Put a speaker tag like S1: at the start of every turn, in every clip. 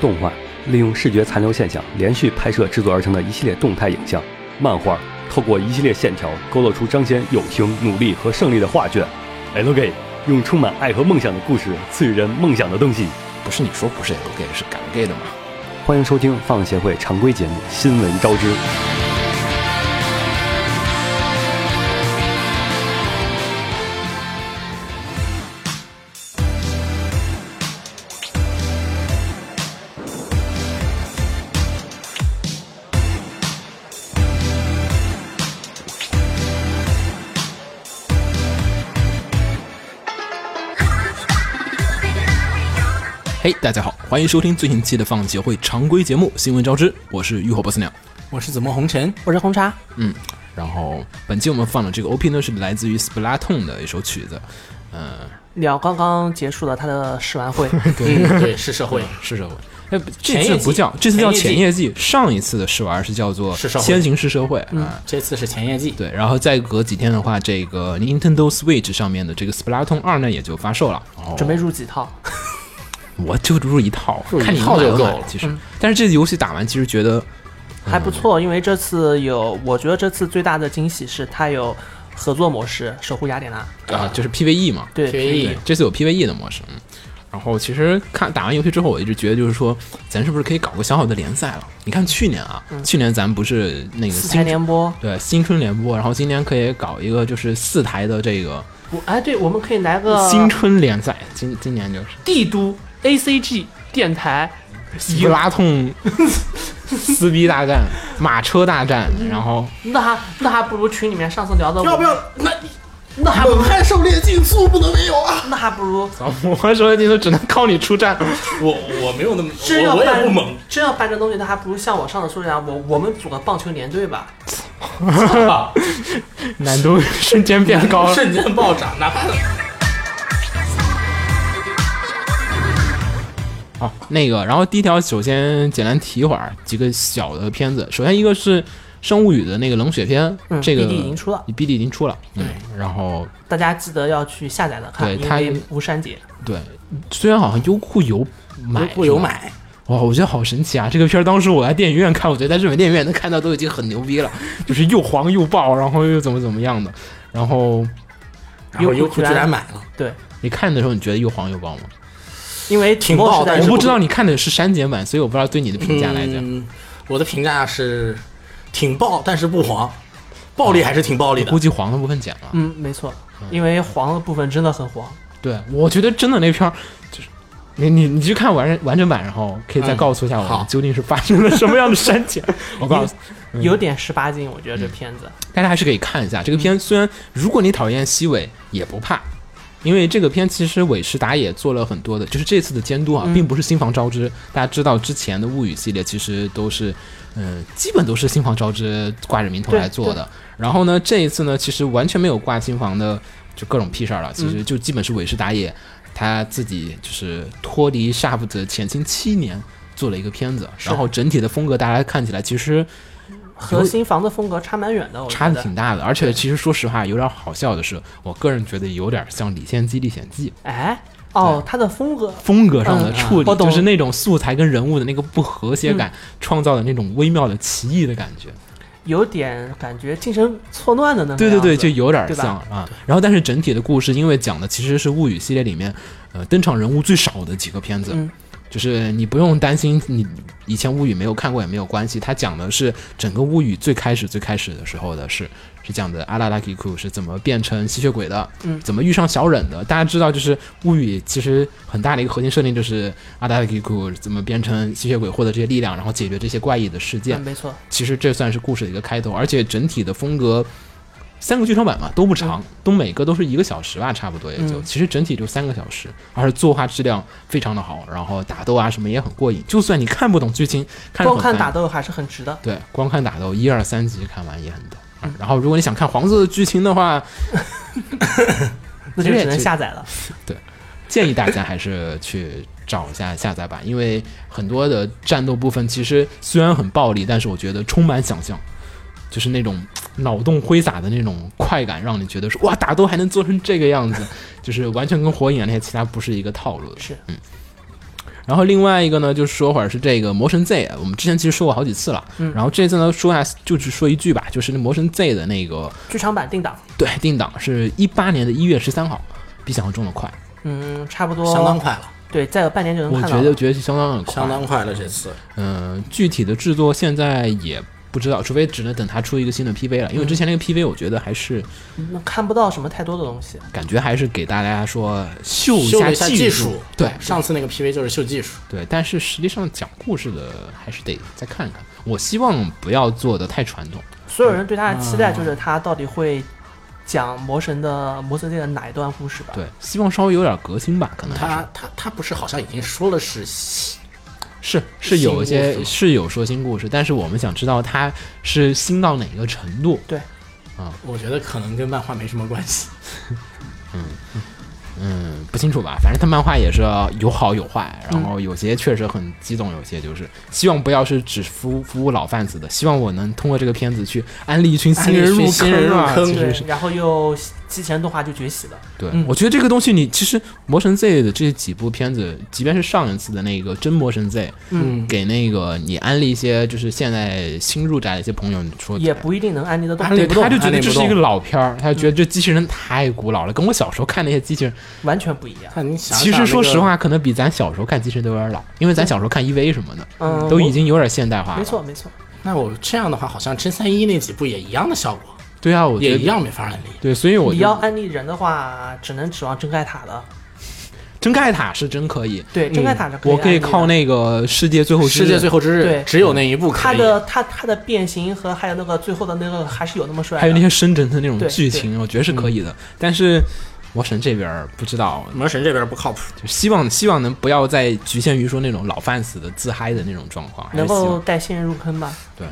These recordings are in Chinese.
S1: 动画，利用视觉残留现象连续拍摄制作而成的一系列动态影像；漫画透过一系列线条勾勒出彰显友情、努力和胜利的画卷。LG 用充满爱和梦想的故事赐予人梦想的东西。
S2: 不是你说不是 L gay 是敢 gay 的吗？
S1: 欢迎收听放协会常规节目《新闻招之》。
S2: 嘿、大家好，欢迎收听最新期的放协会常规节目《新闻招之》，我是浴火不死鸟。嗯
S3: 我是紫陌红尘，我是红茶。
S2: 然后本期我们放的这个 OP 呢是来自于 Splatoon 的一首曲子，嗯、
S3: 鸟刚刚结束了他的试玩会，
S4: 嗯， 对，是社会，
S2: 是社会。哎，这
S4: 呃前
S2: 次
S4: 夜
S2: 不
S4: 祭
S2: 叫，这次叫
S4: 前
S2: 前
S4: 夜
S2: 夜祭。上一次的试玩是叫做
S4: 是
S2: 《
S4: 社会嗯
S2: 先行是社会》啊、
S4: 这次是前夜祭，
S2: 对，然后再隔几天的话，这个 Nintendo Switch 上面的这个 Splatoon 二呢也就发售了。哦
S3: 准备入几套？
S2: 我就入一套，
S4: 入一
S2: 看你
S4: 套
S2: 买
S4: 就
S2: 不
S4: 够
S2: 买
S4: 了嗯
S2: 其实，但是这游戏打完，其实觉得
S3: 还不错，因为这次有，我觉得这次最大的惊喜是它有合作模式，守护雅典娜。
S2: 啊、就是 PVE 嘛，
S3: 对
S4: PVE
S2: 对，这次有 PVE 的模式。嗯，然后其实看打完游戏之后，我一直觉得就是说，咱是不是可以搞个小小的联赛了？你看去年啊，去年咱不是那个
S3: 嗯四台
S2: 新
S3: 联播，
S2: 对新春联播，然后今年可以搞一个就是四台的这个
S3: 我哎，对，我们可以来个
S2: 新春联赛，今今年就是
S3: 帝都 ACG 电台，
S2: 斯拉通撕逼大战、马车大战，然后
S3: 那还那还不如群里面上次聊的，
S4: 要不要？那
S3: 那还不如
S4: 汉狩猎竞速不能没有啊！
S3: 那还不如
S2: 我说你都只能靠你出战。
S4: 我我没有那么，
S3: 真要
S4: 我我
S3: 办
S4: 也不 猛，
S3: 真要办这东西，那还不如像我上次说这样，我我们组个棒球联队吧。
S2: 难度瞬间变高了。
S4: 啊瞬间暴涨，哪怕
S2: 好，啊那个，然后第一条首先简单提一会儿几个小的片子，首先一个是《生物语》的那个冷血片，
S3: 嗯
S2: 这个
S3: BD 已经出了
S2: ，BD 已经出了，嗯，然后
S3: 大家记得要去下载了看，
S2: 对
S3: 因
S2: 它
S3: 为无删节，
S2: 对，虽然好像优酷有买，
S4: 不有，买，
S2: 哇，我觉得好神奇啊！这个片儿当时我在电影院看，我觉得在日本电影院能看到都已经很牛逼了， 就是又黄又爆，然后又怎么怎么样的，然后
S4: 然后优酷居
S3: 居然
S4: 然买了，
S3: 对，
S2: 你看的时候你觉得又黄又爆吗？
S3: 因为挺
S4: 挺爆
S3: 实
S4: 但
S3: 在
S2: 我
S4: 是
S3: 是
S2: 不知道你看的是删减版，所以我不知道对你的评价来讲。
S4: 嗯，我的评价是挺爆，但是不黄，暴力还是挺暴力的
S2: 估。计黄的部分剪了，
S3: 嗯，没错，因为黄的部分真的很黄。
S2: 对，我觉得真的那片儿就是。你你你去看完完整版，然后可以再
S4: 嗯
S2: 告诉一下我
S4: 好
S2: 们究竟是发生了什么样的删减。 我告诉你，嗯
S3: 有点十八禁，我觉得这片子。
S2: 大家还是可以看一下这个
S3: 嗯
S2: 片。虽然如果你讨厌西尾也不怕，因为这个片其实尾石打野做了很多的，就是这次的监督
S3: 嗯
S2: 啊，并不是新房昭之。大家知道之前的物语系列其实都是，嗯、基本都是新房昭之挂着名头
S3: 对
S2: 来做的。然后呢，这一次呢，其实完全没有挂新房的就各种屁事儿了，
S3: 嗯
S2: 其实就基本是尾石打野他自己就是脱离 Shaft 的潜心七年。做了一个片子，然后整体的风格大家看起来其实
S3: 和新房的风格差蛮远的，我觉
S2: 差
S3: 得
S2: 的挺大的，而且其实说实话，有点好笑的是，我个人觉得有点像《李献姬历险记
S3: 哎，哦，它的风格》
S2: 风格上的处
S3: 嗯嗯我
S2: 理，
S3: 懂
S2: 就是那种素材跟人物的那个不和谐感，
S3: 嗯
S2: 创造的那种微妙的奇异的感觉。
S3: 有点感觉精神错乱的那种。
S2: 对对对，就有点
S3: 对吧
S2: 像啊。然后，但是整体的故事，因为讲的其实是物语系列里面，呃，登场人物最少的几个片子，
S3: 嗯
S2: 就是你不用担心你以前物语没有看过也没有关系。它讲的是整个物语最开始最开始的时候的事，是讲的阿拉拉基库是怎么变成吸血鬼的，
S3: 嗯
S2: 怎么遇上小忍的。大家知道，就是物语其实很大的一个核心设定就是阿拉拉基库怎么变成吸血鬼，获得这些力量，然后解决这些怪异的事件
S3: 嗯，。没错，
S2: 其实这算是故事的一个开头，而且整体的风格，三个剧场版嘛都不长，都每个都是一个小时吧，差不多也就。
S3: 嗯
S2: 其实整体就三个小时，而且作画质量非常的好，然后打斗啊什么也很过瘾。就算你看不懂剧情，看着
S3: 光
S2: 很
S3: 看
S2: 烦
S3: 打斗还是很值的。
S2: 对，光看打斗一二三集看完也很懂。啊然后如果你想看黄色的剧情的话，
S3: 那就只能下载了。
S2: 建议大家还是去找一下下载版，因为很多的战斗部分其实虽然很暴力，但是我觉得充满想象，就是那种脑洞挥洒的那种快感，让你觉得说哇，打斗还能做成这个样子，就是完全跟火影啊那些其他不是一个套路的。
S3: 是，
S2: 嗯。然后另外一个呢，就说会儿是这个《魔神 Z》，我们之前其实说过好几次了。
S3: 嗯
S2: 然后这次呢，说下就只说一句吧，就是那《魔神 Z》的那个
S3: 剧场版定档，
S2: 对定档是一八年的一月十三号，比想象中的快。
S3: 嗯，差不多，
S4: 相当快了，
S3: 对，再有半年就能
S2: 我
S3: 看到
S2: 觉
S3: 了。
S2: 得觉得相当的快，
S4: 相当哦快了这次。
S2: 嗯，具体的制作现在也不知道，除非只能等它出一个新的 PV 了。因为之前那个 PV 我觉得还是
S3: 那看不到什么太多的东西，
S2: 感觉还是给大家说秀一
S4: 秀了
S2: 下
S4: 一下
S2: 技
S4: 技术
S2: 对
S4: 上次那个 PV 就是秀技术，
S2: 对，但是实际上讲故事的还是得再看看。我希望不要做的太传统，
S3: 所有人对他的期待就是他到底会讲魔神的魔神界的哪一段故事
S4: 啊
S3: 吧？
S2: 对，希望稍微有点革新吧，可能还
S4: 他他他不是好像已经说了是新
S2: 是是是有一
S4: 新故事
S2: 些
S4: 吗
S2: 是有说新故事，但是我们想知道它是新到哪个程度。
S4: 我觉得可能跟漫画没什么关系。
S2: 嗯，不清楚吧？反正他漫画也是有好有坏，然后有些确实很激动，有些就是希望不要是只服服务老贩子的，希望我能通过这个片子去安利一群新人入
S4: 安利一群新 人入
S2: 啊，
S4: 坑
S2: 其
S3: 对
S2: 实是，
S3: 然后又之前动画就崛起了，
S2: 对
S3: 嗯。
S2: 我觉得这个东西你其实《魔神 Z》的这几部片子，即便是上一次的那个《真魔神 Z》，
S4: 嗯，
S2: 给那个你安利一些就是现在新入宅的一些朋友，你说
S3: 也不一定能安利得动
S4: 安，利
S2: 对，
S4: 不动
S2: 他就觉
S4: 安利
S2: 得
S4: 不
S2: 这是一
S4: 动
S2: 个老片儿，他就觉得这机器人太古老了，跟我小时候看那些机器人
S3: 完全不一样。
S4: 看你想想
S2: 其实说
S4: 那个
S2: 实，话，可能比咱小时候看《机器人》都有点老，因为咱小时候看 EV 什么的，
S3: 嗯，
S2: 都
S3: 我
S2: 已经有点现代化了。
S3: 没，错没错，
S4: 那我这样的话，好像真三一那几部也一样的效果，
S2: 对啊，我
S4: 也
S2: 觉得
S4: 一样没法安利。
S2: 对，所以我
S3: 你
S2: 就
S3: 要安利人的话，只能指望真盖塔了。
S2: 真盖塔是真可以，
S3: 对，真盖塔是可
S2: 嗯
S3: 以
S2: 我可以
S3: 安利的
S2: 靠那个《世界最后之
S4: 世界
S2: 日
S4: 嗯最后之日
S3: 对
S4: 只有那一部可
S3: 他
S4: 以，
S3: 的他他的变形和还有那个最后的那个还是有那么帅的，
S2: 还有那些深沉的那种
S3: 对
S2: 剧情，我觉得是可以的。但是魔神这边儿不知道，
S4: 魔神这边不靠谱，
S2: 就希望希望能不要再局限于说那种老贩子的自嗨的那种状况，还是
S3: 能
S2: 希
S3: 够
S2: 望
S3: 带新人入坑吧？
S2: 对。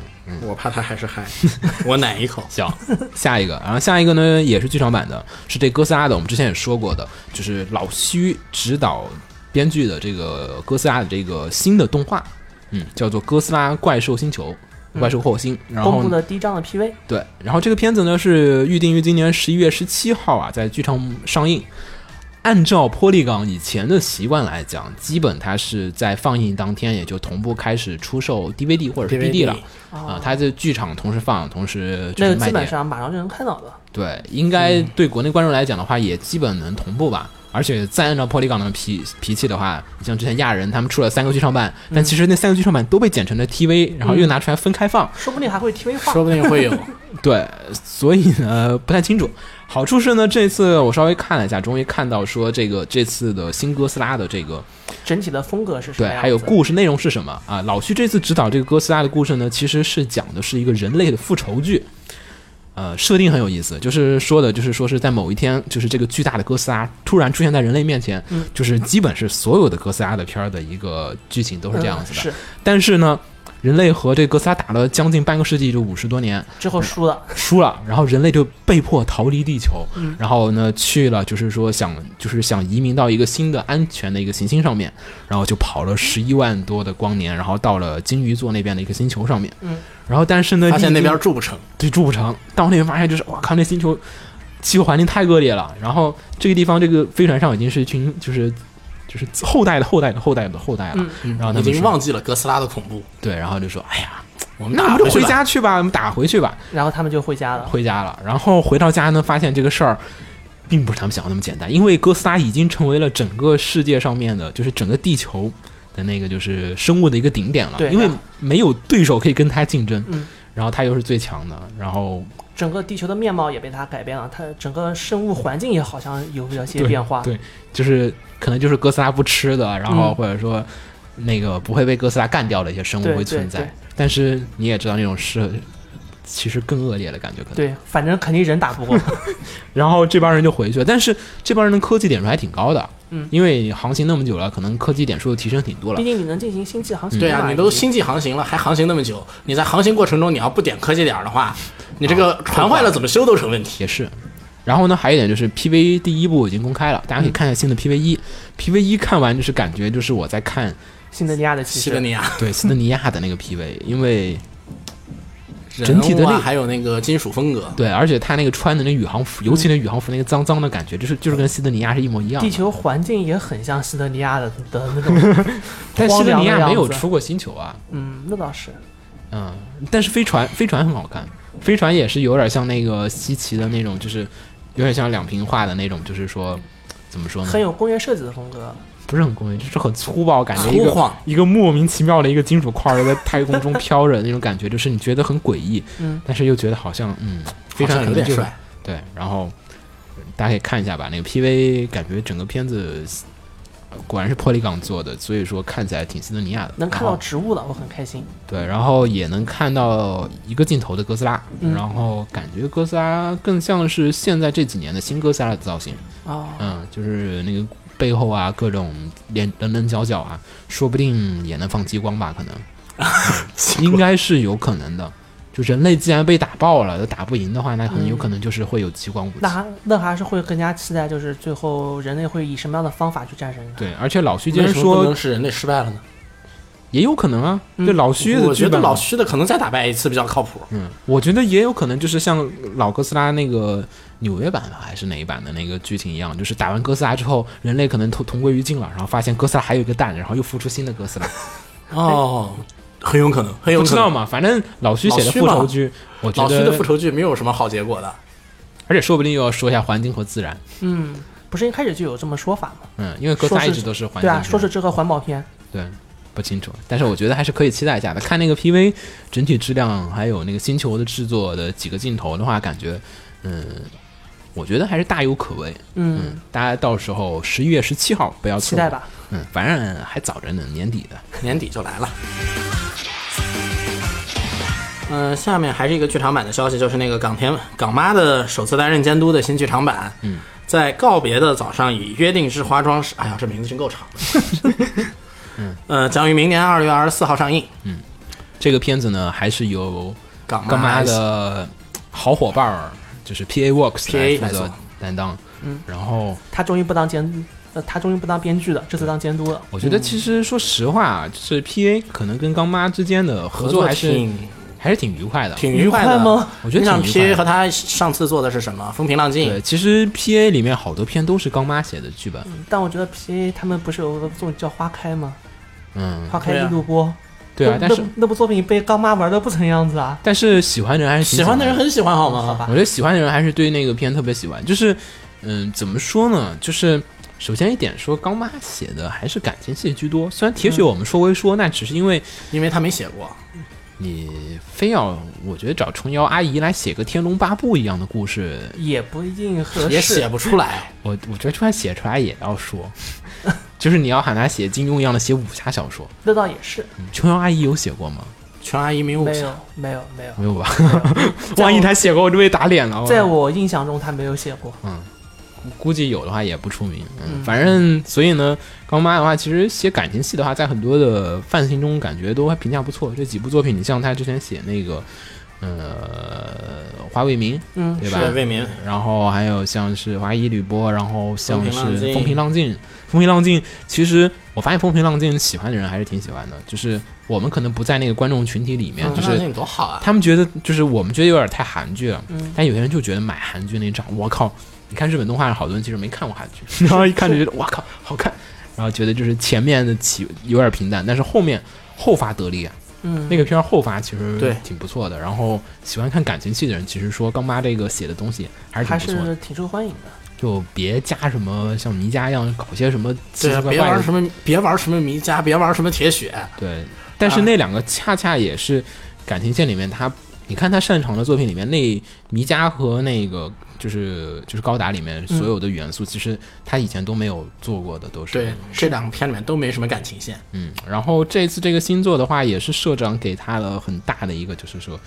S4: 我怕他还是嗨， 我奶一口。
S2: 行，下一个，然后下一个呢也是剧场版的，是这哥斯拉的，我们之前也说过的，就是老徐执导编剧的这个哥斯拉的这个新的动画，嗯，叫做《哥斯拉怪兽星球》。怪兽火星，然
S3: 嗯公
S2: 后
S3: 布了第一章的 PV，
S2: 对，然后这个片子呢是预定于今年十一月十七号啊，在剧场上映。按照玻璃港以前的习惯来讲，基本它是在放映当天也就同步开始出售 DVD 或者 是 BD 了
S4: DVD
S2: 啊、它在剧场同时放，同时就
S3: 哦那
S2: 是
S3: 个
S2: 卖
S3: 基
S2: 点
S3: 本。上马上就能看到了。
S2: 对，应该对国内观众来讲的话，也基本能同步吧。而且再按照 Polygon 的脾脾气的话，你像之前亚人他们出了三个剧场版，但其实那三个剧场版都被剪成了 TV，然后又拿出来分开放。
S3: 说不定还会 TV 化，
S4: 说不定 会有，
S2: 对，所以呢不太清楚。好处是呢，这次我稍微看了一下，终于看到说这个这次的新哥斯拉的这个
S3: 整体的风格是什
S2: 对，
S3: 么样子？
S2: 还有故事内容是什么啊？老徐这次指导这个哥斯拉的故事呢，其实是讲的是一个人类的复仇剧。呃，设定很有意思，就是说的，就是说是在某一天，就是这个巨大的哥斯拉突然出现在人类面前，
S3: 嗯
S2: 就是基本是所有的哥斯拉的片儿的一个剧情都是这样子
S3: 嗯
S2: 的。
S3: 是
S2: 但是呢，人类和这个哥斯拉打了将近半个世纪，就五十多年，
S3: 之后输了，
S2: 输了，然后人类就被迫逃离地球，
S3: 嗯
S2: 然后呢去了，就是说想就是想移民到一个新的安全的一个行星上面，然后就跑了十一万多的光年，然后到了金鱼座那边的一个星球上面，
S3: 嗯，
S2: 然后但是呢，
S4: 发现
S2: 历
S4: 那
S2: 经
S4: 边住不成，
S2: 对住不成，到那边发现就是哇靠，那星球气候环境太恶劣了，然后这个地方这个飞船上已经是一群就是就是后代的后代的后代的后代了，
S3: 嗯
S4: 嗯
S2: 然后他们
S4: 已经
S2: 说
S4: 忘记了哥斯拉的恐怖。
S2: 对，然后就说哎呀，
S4: 我们
S2: 那我
S4: 打
S2: 们就
S4: 去
S2: 回
S4: 吧，
S2: 家去吧，我们打回去吧，
S3: 然后他们就回家了。
S2: 回家了。然后回到家呢，发现这个事儿并不是他们想的那么简单，因为哥斯拉已经成为了整个世界上面的，就是整个地球的那个就是生物的一个顶点了，
S3: 对
S2: 因为没有对手可以跟他竞争。
S3: 嗯
S2: 然后他又是最强的，然后
S3: 整个地球的面貌也被它改变了，它整个生物环境也好像有了些
S2: 对
S3: 变化。
S2: 对，就是可能就是哥斯拉不吃的，然后
S3: 嗯
S2: 或者说那个不会被哥斯拉干掉的一些生物
S3: 对
S2: 会
S3: 对
S2: 存在。
S3: 对
S2: 但是你也知道那种是其实更恶劣的感觉，可能。
S3: 对反正肯定人打不 过。
S2: 然后这帮人就回去了。但是这帮人的科技点数还挺高的，
S3: 嗯
S2: 因为航行那么久了，可能科技点数提升挺多了
S3: 毕。竟你能进行星际航行嘛，
S4: 对啊，你都星际航行了，还航行那么久，你在航行过程中你要不点科技点儿的话，你这
S2: 啊
S4: 个船坏了怎么修都成问题。
S2: 也是。然后呢，还有一点就是 PV 第一部已经公开了，大家
S3: 嗯
S2: 可以看一下新的 PV 一、PV 一看完就是感觉就是我在看
S3: 新德尼亚的骑
S4: 西德
S3: 士，
S4: 尼亚
S2: 对斯德尼亚的那个 PV，因为整体的
S4: 人物啊
S2: 那个
S4: 还有那个金属风格，
S2: 对，而且他那个穿的那宇航服，尤其那宇航服那个脏脏的感觉，就是就是跟西德尼亚是一模一样的
S3: 地。球环境也很像西德尼亚的的那种，
S2: 但西德尼亚没
S3: 荒凉的样
S2: 有
S3: 子
S2: 出过星球啊，
S3: 嗯，那倒是，
S2: 嗯，但是飞船飞船很好看，飞船也是有点像那个西奇的那种，就是有点像两屏化的那种，就是说怎么说呢
S3: 很，有工业设计的风格。
S2: 不是很工业，就是很粗暴，感觉一
S4: 粗
S2: 个
S4: 犷，
S2: 一个莫名其妙的一个金属块儿在太空中飘着那种感觉，就是你觉得很诡异，
S3: 嗯
S2: 但是又觉得好像嗯，非
S4: 好
S2: 常
S4: 像有点帅。
S2: 对，然后嗯大家可以看一下吧，那个 PV 感觉整个片子呃果然是玻璃港做的，所以说看起来挺西德尼亚的，
S3: 能看
S2: 然后
S3: 到植物了，我很开心。
S2: 对，然后也能看到一个镜头的哥斯拉，
S3: 嗯
S2: 然后感觉哥斯拉更像是现在这几年的新哥斯拉的造型，
S3: 哦，
S2: 嗯，就是那个背后啊，各种连棱棱角角啊，说不定也能放激光吧，可能，嗯应该是有可能的。就人类既然被打爆了，都打不赢的话，那很有可能就是会有激光武器。
S3: 那还那还是会更加期待，就是最后人类会以什么样的方法去战胜它。
S2: 对，而且老徐竟
S4: 为
S2: 然
S4: 什么不
S2: 说
S4: 能是人类失败了呢？
S2: 也有可能啊，
S3: 嗯
S2: 对老徐的
S4: 我
S2: 剧
S4: 觉得
S2: 本啊
S4: 老
S2: 嘛，
S4: 虚的可能再打败一次比较靠谱。
S2: 嗯，我觉得也有可能就是像老哥斯拉那个纽约版吧，还是哪一版的那个剧情一样，就是打完哥斯拉之后，人类可能同同归于尽了，然后发现哥斯拉还有一个蛋，然后又孵出新的哥斯 拉，
S4: 哦，很有可能，很有
S2: 不知
S4: 可
S2: 道
S4: 能。
S2: 嘛？反正老徐
S4: 老
S2: 写的
S4: 徐
S2: 复仇
S4: 嘛
S2: 剧，我觉
S4: 老虚的
S2: 得
S4: 复，仇剧没有什么好结果的，
S2: 而且说不定又要说一下环境和自然，
S3: 嗯，不是一开始就有这么说法吗？
S2: 嗯，因为哥斯拉
S3: 说
S2: 一
S3: 是
S2: 直都是环
S3: 对
S2: 境和，
S3: 啊，说是这个环保片，
S2: 对，不清楚，但是我觉得还是可以期待一下的。看那个 PV 整体质量，还有那个星球的制作的几个镜头的话，感觉，嗯，我觉得还是大有可为。
S3: 嗯
S2: 嗯，，大家到时候十一月十七号不要错
S3: 期
S2: 过
S3: 待。吧。
S2: 嗯，反正还早着呢，年底的。
S4: 年底就来 了。嗯、下面还是一个剧场版的消息，就是那个港田港妈的首次担任监督的新剧场版，嗯，在告别的早上以约定式化妆师，哎呀，这名字真够长的， 嗯， 呃，将于明年二月二十四号上映。
S2: 这个片子呢，还是由
S4: 港
S2: 干妈
S4: 妈
S2: 的好伙伴儿，就是 PA Works
S4: PA
S2: 来负
S4: 来
S2: 责
S4: 做
S2: 担当。嗯，然后
S3: 他终于不当监，呃，他终于不当编剧了，这次当监督了。
S2: 我觉得，其实说实话，就是 PA 可能跟干妈之间的合
S4: 合
S2: 作
S4: 作
S2: 还是
S4: 挺
S2: 还是挺愉快的。
S4: 挺愉快的
S3: 愉快吗？
S2: 我觉得
S4: 你想
S2: 挺愉快
S4: P
S2: 的
S4: 和他上次做的是什么？风平浪静
S2: 对，，其实 P A 里面好多片都是刚妈写的剧本，
S3: 但我觉得 P A 他们不是有个作品叫《花开》吗？
S2: 嗯，
S3: 花开
S4: 对
S3: 一
S4: 啊
S3: 路播，
S2: 对啊，
S3: 那
S2: 但是
S3: 那那部作品被刚妈玩的不成样子啊。
S2: 但是喜欢的人还是挺
S4: 喜欢的人，很喜欢，好吗？
S3: 好吧
S2: 我觉得喜欢的人还是对那个片特别喜欢，就是嗯，怎么说呢，就是。首先一点说，刚妈写的还是感情戏居多。虽然铁
S4: 嗯
S2: 血我们说归说，那只是因为
S4: 因为他没写过，
S2: 你非要，我觉得找琼瑶阿姨来写个《天龙八部》一样的故事，
S3: 也不一定合
S4: 也
S3: 适
S4: 写。不出来。
S2: 我我觉得就算写出来也要说， 就是你要喊她写金庸一样的写武侠小说。嗯
S3: 那倒也是，
S2: 琼瑶阿姨有写过吗？
S4: 全阿姨没有武
S3: 没
S4: 侠
S3: 有，没有，没有。
S2: 没有吧？万一她写过，我就被打脸了。
S3: 在我印象中，他没有写过。
S2: 估计有的话也不出名。嗯，
S3: 嗯
S2: 反正所以呢，刚妈的话，其实写感情戏的话，在很多的范心中感觉都还评价不错。这几部作品，你像她之前写那个，呃，花未明，
S3: 嗯，
S2: 对吧
S4: 是魏民，
S2: 然后还有像是华谊吕波，然后像是
S4: 风平浪
S2: 风平浪
S4: 静
S2: 静。风平浪静，其实我发现风平浪静喜欢的人还是挺喜欢的，就是我们可能不在那个观众群体里面，
S4: 风
S2: 就
S4: 平浪
S2: 是
S4: 静多好啊！
S2: 他们觉得就是我们觉得有点太韩剧了，
S3: 嗯
S2: 但有些人就觉得买韩剧那张，我靠！你看日本动画，好多人其实没看过韩剧， 然后一看就觉得哇靠，好看，然后觉得就是前面的起有点平淡，但是后面后发得力啊，
S3: 嗯，
S2: 那个片儿后发其实
S4: 对
S2: 挺不错的。然后喜欢看感情戏的人，其实说刚妈这个写的东西还是挺
S3: 还
S2: 不错的，
S3: 是挺受欢迎的。
S2: 就别加什么像迷家一样搞些什么奇
S4: 对
S2: 奇
S4: 啊，
S2: 怪
S4: 别
S2: 怪
S4: 玩
S2: 的
S4: 什么，别玩什么迷家，别玩什么铁血，
S2: 对，但是那两个恰恰也是感情线里面他，你看他擅长的作品里面，那迷家和那个就是就是高达里面
S4: 嗯
S2: 所有的元素，其实他以前都没有做过的，都是
S4: 对，这两个片里面都没什么感情线。
S2: 嗯。然后这次这个新作的话，也是社长给他了很大的一个，就是说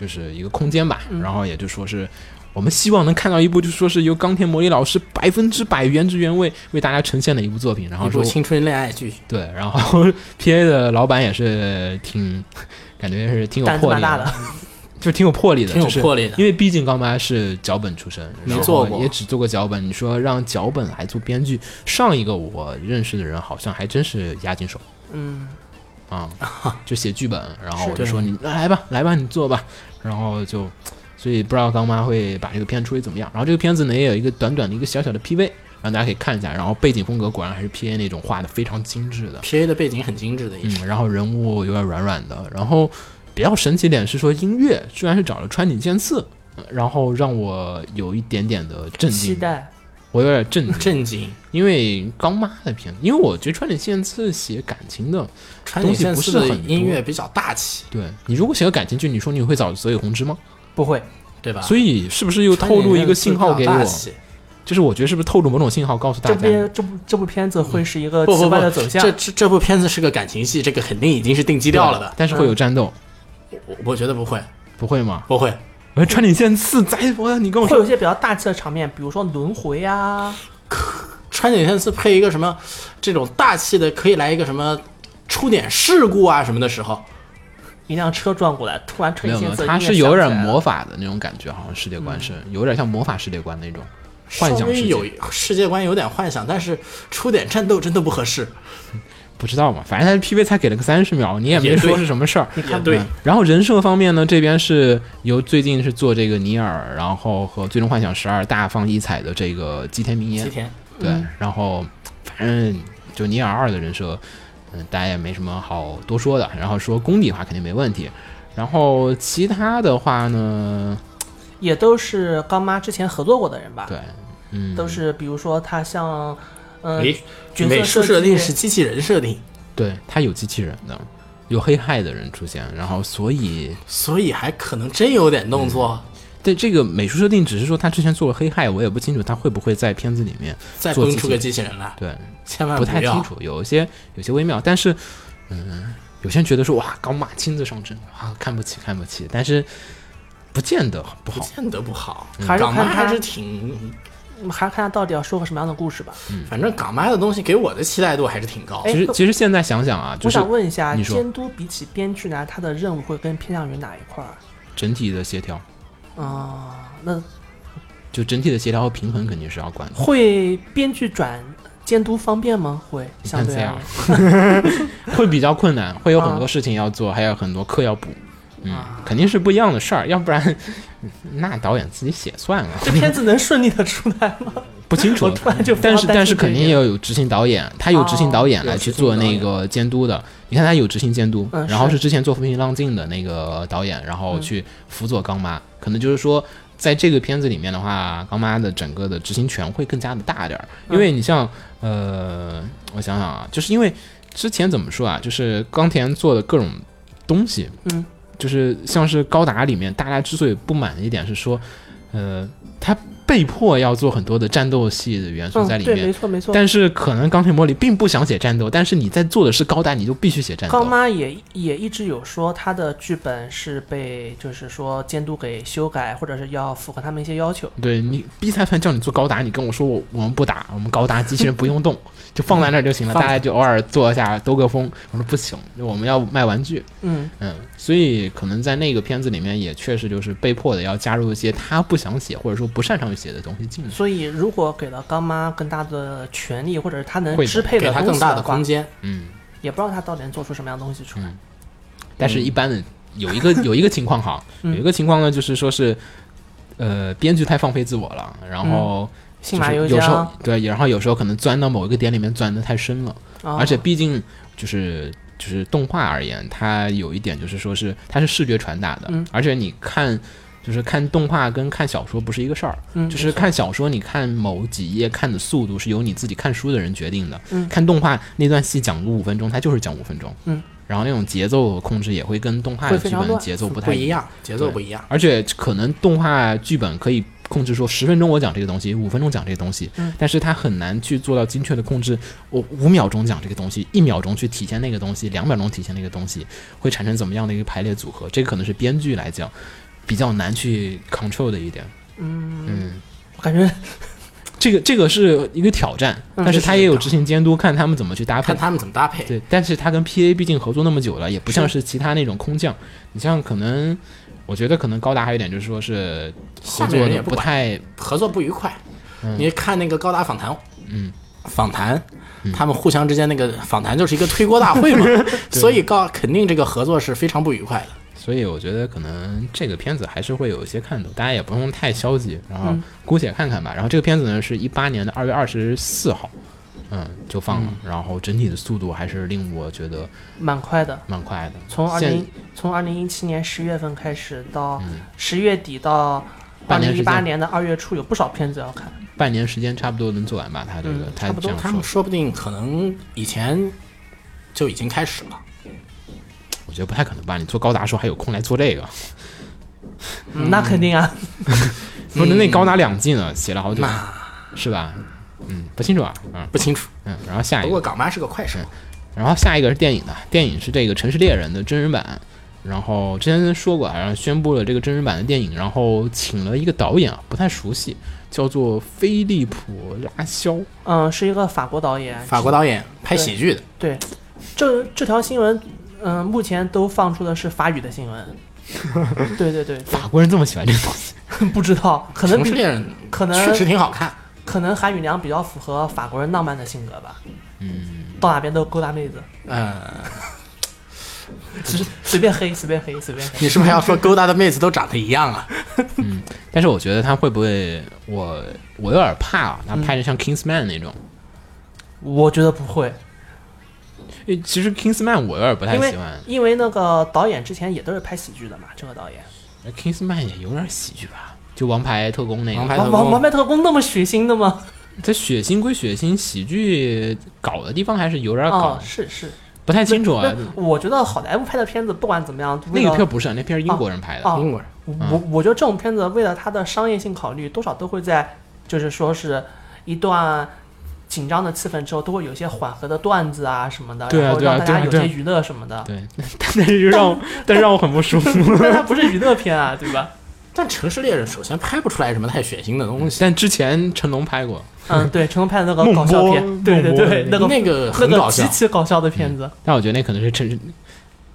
S2: 就是一个空间吧，
S4: 嗯
S2: 然后也就说是。我们希望能看到一部，就说是由冈田磨里老师百分之百原汁原味为大家呈现的一部作品，然后
S4: 一部
S2: 说
S4: 青春恋爱剧，
S2: 对，然后 P A 的老板也是挺， 感觉是挺有啊
S3: 胆子
S2: 魄
S3: 蛮
S2: 力
S3: 大的，
S2: 就挺有魄力的，
S4: 挺有
S2: 就是
S4: 魄力的
S2: 因为毕竟刚妈是脚本出身，
S4: 没
S2: 然后
S4: 做过
S2: 也只做过脚本。你说让脚本还做编剧，上一个我认识的人好像还真是押金手。
S3: 嗯，
S2: 啊，就写剧本，然后我就是说你来吧，来吧，你做吧，然后就，所以不知道刚妈会把这个片处理怎么样。然后这个片子呢也有一个短短的一个小小的 PV，让大家可以看一下。然后背景风格果然还是 PA 那种画的非常精致的，
S4: P A 的背景很精致的一
S2: 嗯，然后人物有点软软的，然后比较神奇点是说音乐居然是找了川井健次，呃然后让我有一点点的震
S3: 期
S2: 惊，
S3: 待
S2: 我有点震惊，
S4: 震惊。
S2: 因为刚妈的片子，因为我觉得川井健次写感情的，
S4: 川井宪司的
S2: 东西不是很多
S4: 音乐比较大气，
S2: 对你如果写个感情剧，你说你会找泽野弘之吗？
S3: 不会，
S4: 对
S3: 啊
S4: 吧？
S2: 所以是不是又
S4: 川井
S2: 透露一个
S4: 宪司
S2: 信号给
S4: 比较
S2: 我
S4: 大？气
S2: 就是我觉得是不是透露某种信号告诉大嗯
S3: 这
S2: 家？
S3: 边这部这部片子会是一个
S4: 不
S3: 奇
S4: 不
S3: 怪
S4: 不
S3: 的走向
S4: 这。这这部片子是个感情戏，这个肯定已经是定基调了的。
S2: 但是
S3: 嗯
S2: 会有战斗，
S4: 我我觉得不会，
S2: 不会吗？
S4: 不会。
S2: 我说呃川井健次在我你跟我
S3: 会有
S2: 说
S3: 一些比较大气的场面，比如说轮回啊，
S4: 川井宪司配一个什么这种大气的，可以来一个什么出点事故啊什么的时候，
S3: 一辆车撞过来，突然
S2: 没
S3: 推
S2: 有没
S3: 进
S2: 有，
S3: 色，
S2: 他
S3: 音乐
S2: 是有
S3: 响
S2: 点
S3: 起来了嗯
S2: 魔法的那种感觉，好像世界观是有点像魔法世界观那种幻
S4: 稍
S2: 想世
S4: 微有
S2: 界，
S4: 世界观有点幻想，但是出点战斗真的不合适。
S2: 不知道嘛，反正他 PV 才给了个三十秒，你也没
S4: 也对
S2: 说是什么事儿。
S3: 你看
S4: 也对
S2: 嗯然后人设方面呢，这边是由最近是做这个尼尔，然后和最终幻想十二大放异彩的这个吉田明
S4: 吉
S2: 彦，
S4: 田，
S2: 对，
S3: 嗯
S2: 然后反正就尼尔二的人设，嗯，大家也没什么好多说的。然后说功底的话肯定没问题，然后其他的话呢，
S3: 也都是刚妈之前合作过的人吧？
S2: 对，嗯，
S3: 都是比如说他像，嗯，
S4: 美
S3: 角色
S4: 美术
S3: 设
S4: 设
S3: 计
S4: 定是机器人设定，
S2: 对，他有机器人的，有黑害的人出现，然后所以
S4: 所以还可能真有点动作。
S2: 对这个美术设定，只是说他之前做了黑害，我也不清楚他会不会在片子里面
S4: 再
S2: 做
S4: 蹦
S2: 机
S4: 出
S2: 器
S4: 个
S2: 人，
S4: 机器人来，
S2: 对，
S4: 千万
S2: 不太
S4: 要
S2: 清。楚，有一些有些微妙，但是嗯，有些人觉得说哇，高马亲自上阵啊，看不起看不起，但是不见得不
S4: 不
S2: 好。
S4: 见得不好，
S3: 还是
S4: 港妈
S3: 看他
S4: 还是挺，
S3: 嗯还是看他到底要说个什么样的故事吧。
S4: 反正港妈的东西给我的期待度还是挺高
S3: 哎。
S2: 其实其实现在想想啊，就
S3: 我
S2: 是
S3: 想问一下，
S2: 你说
S3: 监督比起编剧呢，他的任务会更偏向于哪一块儿？
S2: 整体的协调，
S3: 啊、那
S2: 就整体的协调和平衡肯定是要管的。
S3: 会编剧转监督方便吗？会
S2: 你
S3: 相
S2: 看
S3: 对
S2: 这
S3: 而
S2: 样
S3: 言，
S2: 会比较困难，会有很
S3: 啊
S2: 多事情要做，还有很多课要补，嗯，肯定是不一样的事儿，要不然嗯那导演自己写算了，
S3: 这片子能顺利的出 来吗？
S2: 不清楚
S3: 我。突然就不知道
S2: 但是
S3: 担
S2: 但
S3: 心
S2: 是
S3: 这
S2: 肯定
S3: 一点
S2: 要有执行导演，他哦有执行导演来去做那个监督的。你看他有执行监督，
S3: 嗯
S2: 然后是
S3: 是
S2: 之嗯前做《风平浪静》的那个导演，然后去辅佐刚妈，可能就是说。在这个片子里面的话，刚妈的整个的执行权会更加的大点儿，因为你像呃，我想想啊，就是因为之前怎么说啊，就是冈田做的各种东西，
S3: 嗯，
S2: 就是像是高达里面，大家之所以不满的一点是说，呃，他被迫要做很多的战斗系的元素在
S3: 嗯，
S2: 里
S3: 对，没
S2: 面，
S3: 错没错。
S2: 但是可能钢铁魔里并不想写战斗，但是你在做的是高达，你就必须写战
S3: 高
S2: 斗。
S3: 妈也也一直有说，她的剧本是被就是说监督给修改，或者是要符合他们一些要求。
S2: 对你逼裁判叫你做高达，你跟我说我我们不打，我们高达机器人不 用动，就放在那儿就行了，
S4: 放
S2: 大
S4: 着
S2: 家就偶尔做一下兜个风。我说不行，我们要卖玩具。
S3: 嗯，
S2: 嗯，所以可能在那个片子里面也确实就是被迫的要加入一些他不想写或者说不擅长写的东西进去。
S3: 所以如果给了刚妈更大的权利，或者是她能
S2: 会的
S3: 支配
S4: 给
S3: 的
S4: 他
S3: 东
S4: 更
S3: 西
S4: 大的
S3: 话
S4: 空，间，
S2: 嗯，
S3: 也不知道她到底能做出什么样的东西出来。
S2: 但是一般的有一个
S3: 嗯
S2: 有一个情况哈，有一个情况呢就是说是，呃，编剧太放飞自我了，然后
S3: 嗯信
S2: 就
S3: 马
S2: 是
S3: 由
S2: 有时候
S3: 缰，
S2: 对，然后有时候可能钻到某一个点里面钻得太深了，
S3: 而
S2: 而且毕竟就是就是动画而言，它有一点就是说是它是视觉传达的
S3: 嗯，
S2: 而且你看就是看动画跟看小说不是一个事儿，
S3: 嗯
S2: 就是看小说，你看某几页看的速度是由你自己看书的人决定的。
S3: 嗯
S2: 看动画那段戏讲五分钟，它就是讲五分钟。
S3: 嗯，
S2: 然后那种节奏控制也会跟动画的
S3: 会非
S2: 剧
S3: 常
S2: 本
S3: 乱
S2: 节奏不
S4: 不
S2: 太
S4: 一
S2: 样，
S4: 样，节奏不一样。
S2: 而且可能动画剧本可以控制说十分钟我讲这个东西，五分钟讲这个东西，
S3: 嗯
S2: 但是它很难去做到精确的控制。我五秒钟讲这个东西，一秒钟去体现那个东西，两秒钟体现那个东西，会产生怎么样的一个排列组合？这个可能是编剧来讲比较难去 control 的一点。嗯嗯。
S3: 我感觉
S2: 这个这个是一个挑战，
S4: 嗯
S2: 但是他也有执行监督，看他们怎么去搭配
S4: 看。他们怎么搭配。
S2: 对，但是他跟 PA 毕竟合作那么久了，也不像是其他那种空降。你像可能，我觉得可能高达还有一点就是说是合
S4: 下面
S2: 作
S4: 人也
S2: 的
S4: 不
S2: 不
S4: 管
S2: 太
S4: 合作不愉快。
S2: 嗯
S4: 你看那个高达访谈，
S2: 嗯，
S4: 访谈，他们互相之间那个访谈就是一个推锅大会嘛， 所以告肯定这个合作是非常不愉快的。
S2: 所以我觉得可能这个片子还是会有一些看头，大家也不用太消极，然
S4: 嗯
S2: 后姑且看看吧。然后这个片子呢是一八年的二月二十四号，嗯，就放了。然后整体的速度还是令我觉得
S3: 蛮快的。
S2: 蛮快的。
S3: 从二
S2: 现嗯
S3: 零从二零一七年十月份开始到十月底到
S2: 半
S3: 二
S2: 年
S3: 零
S2: 时
S3: 一
S2: 间
S3: 八年的二月初，有不少片子要看。
S2: 半年时间差不多能做完吧？他这个、
S3: 嗯
S2: 他
S4: 差不
S2: 这
S4: 多，
S2: 样
S4: 他
S2: 说
S4: 们，说不定可能以前就已经开始了。
S2: 我觉得不太可能吧？你做高达的时候还有空来做这个？
S3: 嗯那肯定啊，
S2: 不是那高达两季呢，写了好久，
S4: 那
S2: 是吧？嗯，不清楚啊，嗯
S4: 不清楚，
S2: 嗯。然后下
S4: 不
S2: 一个
S4: 过，港妈是个快手，
S2: 然后下一个是电影的，电影是这个《城市猎人》的真人版。然后之前说过啊，然后宣布了这个真人版的电影，然后请了一个导演啊，不太熟悉，叫做菲利普·拉肖。
S3: 嗯，是一个法国导演。
S4: 法国导演拍喜剧的，
S3: 对，这这条新闻，嗯，目前都放出的是法语的新闻。 对对对，
S2: 法国人这么喜欢这个东西，
S3: 不知道，可
S4: 《
S3: 能
S4: 城市
S3: 比
S4: 猎人
S3: 可》
S4: 确实
S3: 能
S4: 挺好看。
S3: 可能韩宇良比较符合法国人浪漫的性格吧。嗯，到哪边都勾搭妹子，
S4: 呃，
S3: 随随便黑，随便黑，随便黑。
S4: 你是不是要说勾搭的妹子都长得一样啊？
S2: 但是我觉得他会不会，我我有点怕啊，他拍的像《Kingsman》那种。
S3: 我觉得不会，
S2: 因为其实《Kingsman》我有点不太
S3: 因为
S2: 喜欢，
S3: 因为那个导演之前也都是拍喜剧的嘛，这个导演。
S2: 《Kingsman》也有点喜剧吧，就《王牌特工》那个。
S4: 王牌特
S3: 王
S4: 工
S3: 王王牌特工那么血腥的吗？
S2: 它血腥归血腥，喜剧搞的地方还是有点搞，
S3: 哦，是是，
S2: 不太清楚啊。
S3: 那我觉得好莱坞拍的片子，不管怎么样，
S2: 那
S3: 为
S2: 个
S3: 了
S2: 片儿嗯不是，那片儿是英国人拍的。
S3: 哦
S4: 英国人，
S3: 我我觉得这种片子为了它的商业性考虑，多少都会在就是说是一段紧张的气氛之后，都会有一些缓和的段子啊什么的，
S2: 对啊
S3: 然后
S2: 对啊
S3: 让大
S2: 对
S3: 家
S2: 啊
S3: 有
S2: 对啊
S3: 些娱乐什么的。
S2: 对，但是就让我，但是让我很不舒服。
S3: 但 它不是娱乐片啊，对吧？
S4: 但《城市猎人》首先拍不出来什么太血腥的东西，
S2: 但之前成龙拍过，
S3: 嗯，对，成龙拍的那个
S2: 孟
S3: 搞笑
S2: 波
S3: 片，对对
S2: 孟波
S3: 对，那个
S4: 那个
S3: 那
S4: 很搞
S3: 个
S4: 笑
S3: 极。其搞笑的片子。
S2: 但我觉得那可能是真是，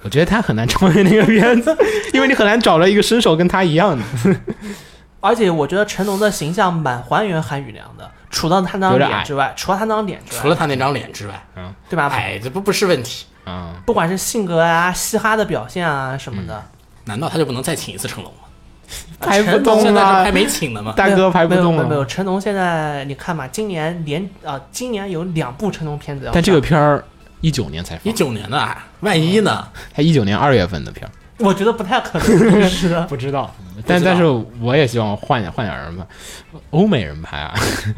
S2: 我觉得他很难超越那个片子，因为你很难找到一个身手跟他一样的，
S3: 而且我觉得成龙的形象蛮还原韩宇良的，除了他那
S2: 有
S3: 张
S2: 点矮
S3: 脸之外，除了他那张脸之
S4: 除了
S3: 外，
S4: 他那张脸之外，
S3: 对吧？
S2: 哎
S4: 矮哎这不不是问题。
S2: 啊。
S3: 不管是性格啊、嘻哈的表现啊什么
S2: 嗯
S3: 的，
S4: 难道他就不能再请一次成龙吗？
S2: 拍不
S4: 成龙
S2: 动
S4: 现在这
S2: 了
S4: 还，没请呢吗？
S2: 大哥拍不
S3: 啊没有
S2: 动啊
S3: 没有没
S2: 了。
S3: 有，成龙现在你看嘛，今年连啊、今年有两部成龙片子要上，
S2: 但这个片儿一九年才
S4: 一
S2: 放，
S4: 九年的啊，万一呢？
S2: 他一九年二月份的片儿。
S3: 我觉得不太可能，是的，
S2: 不知道，但
S4: 不知道
S2: 但是我也希望换点换点人吧，欧美人拍啊，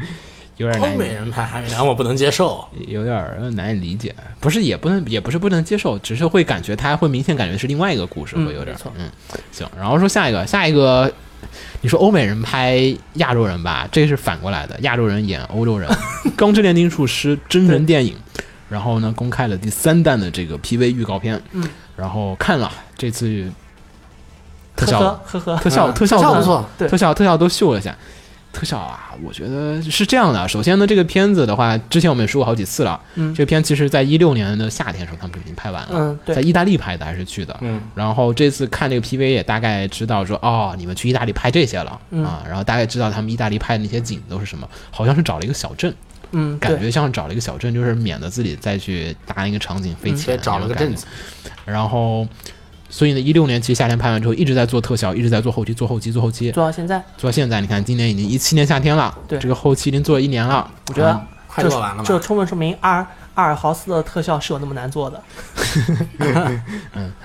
S2: 有点
S4: 欧
S2: 难
S4: 美，人拍韩语良我不能接受。
S2: 有点儿难以理解，不是也不能也不是不能接受，只是会感觉他会明显感觉是另外一个故事，
S3: 嗯
S2: 会有点
S3: 没错
S2: 嗯行，然后说下一个下一个，你说欧美人拍亚洲人吧，这是反过来的，亚洲人演欧洲人，《钢之炼金术师》真人电影。然后呢，公开了第三弹的这个 PV 预告片，
S3: 嗯，
S2: 然后看了这次 特
S3: 呵
S2: 效
S3: 呵呵呵，
S2: 特效
S4: 嗯
S2: 特效
S4: 特效
S2: 不
S4: 不错，
S3: 对
S2: 特效特效都秀了一下。特效啊，我觉得是这样的。首先呢，这个片子的话，之前我们也说过好几次了。
S3: 嗯
S2: 这个片其实在一六年的夏天的时候，他们就已经拍完了，
S3: 嗯，
S2: 在
S3: 对，
S2: 意大利拍的还是去的。
S4: 嗯，
S2: 然后这次看这个 PV 也大概知道说，哦，你们去意大利拍这些了、
S3: 嗯
S2: 啊，然后大概知道他们意大利拍的那些景都是什么，好像是找了一个小镇，
S3: 嗯，
S2: 感
S3: 对，
S2: 觉像是找了一个小镇，就是免得自己再去搭一个场景费
S4: 所
S2: 钱、
S4: 以嗯找了个镇子，
S2: 然后，所以呢，一六年其实夏天拍完之后，一直在做特效，一直在做后期，做后期，做后期，
S3: 做到现在，
S2: 做到现在，你看今年已经一七年夏天了，
S3: 对
S2: 这个后期已经做了一年了，
S3: 我觉得
S2: 嗯
S4: 快
S3: 这
S4: 做完了
S3: 这
S4: 吗？
S3: 充分说明阿尔阿尔豪斯的特效是有那么难做的，
S4: 哦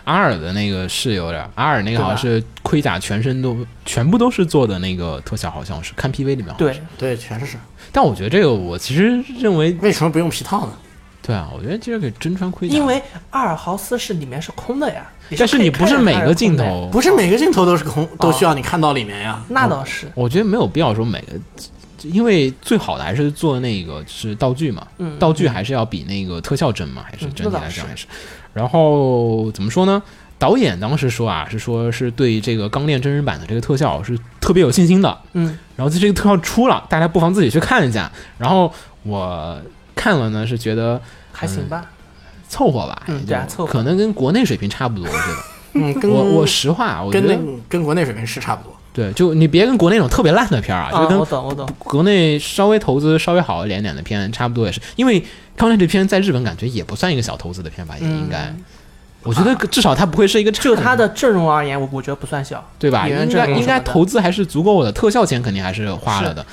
S2: 阿尔的那个是有点，阿尔那个
S3: 对
S2: 好
S3: 吧
S2: 像是盔甲全身都全部都是做的那个特效，好像是看 PV 里面好像
S3: 对
S2: 是，，
S4: 对，全是。
S2: 但我觉得这个我其实认为，
S4: 为什么不用皮套呢？
S2: 对啊，我觉得这个真穿盔甲，
S3: 因为阿尔豪斯是里面是空的呀，也
S2: 但是
S3: 可以
S2: 你不是
S3: 看见
S2: 每
S3: 它
S2: 个镜
S3: 空的呀，
S2: 头，嗯
S4: 不是每个镜头都是空，都需要你看到里面呀。
S3: 那倒是，
S2: 我觉得没有必要说每个，因为最好的还是做那个就是道具嘛，
S3: 嗯
S2: 道具还是要比那个特效真嘛，还是
S3: 嗯
S2: 整体
S3: 那倒
S2: 来讲
S3: 是
S2: 还是。然后怎么说呢？导演当时说啊，是说是对这个《钢炼》真人版的这个特效是特别有信心的。
S3: 嗯，
S2: 然后这这个特效出了，大家不妨自己去看一下。然后我看了呢，是觉得
S3: 还行吧，
S2: 凑合吧，
S3: 嗯
S2: 也就
S3: 对啊凑合
S2: 可能跟国内水平差不多。我觉得，
S4: 嗯，跟
S2: 我我实话，我觉
S4: 跟
S2: 得
S4: 那跟国内水平是差不多。
S2: 对，就你别跟国内那种特别烂的片儿啊，
S3: 啊
S2: 就，跟
S3: 我懂我懂，
S2: 国内稍微投资稍微好一点点的片，差不多也是。因为《康泰》这片在日本感觉也不算一个小投资的片吧，也应该。我觉得至少它不会是一个差
S3: 就
S2: 的
S3: 嗯啊它的阵容而言，我我觉得不算小。
S2: 对吧？
S3: 演员
S2: 应
S3: 阵
S2: 该
S3: 容
S2: 应
S3: 什么
S2: 该
S3: 的
S2: 投资还是足够的，特效钱肯定还是花 了的。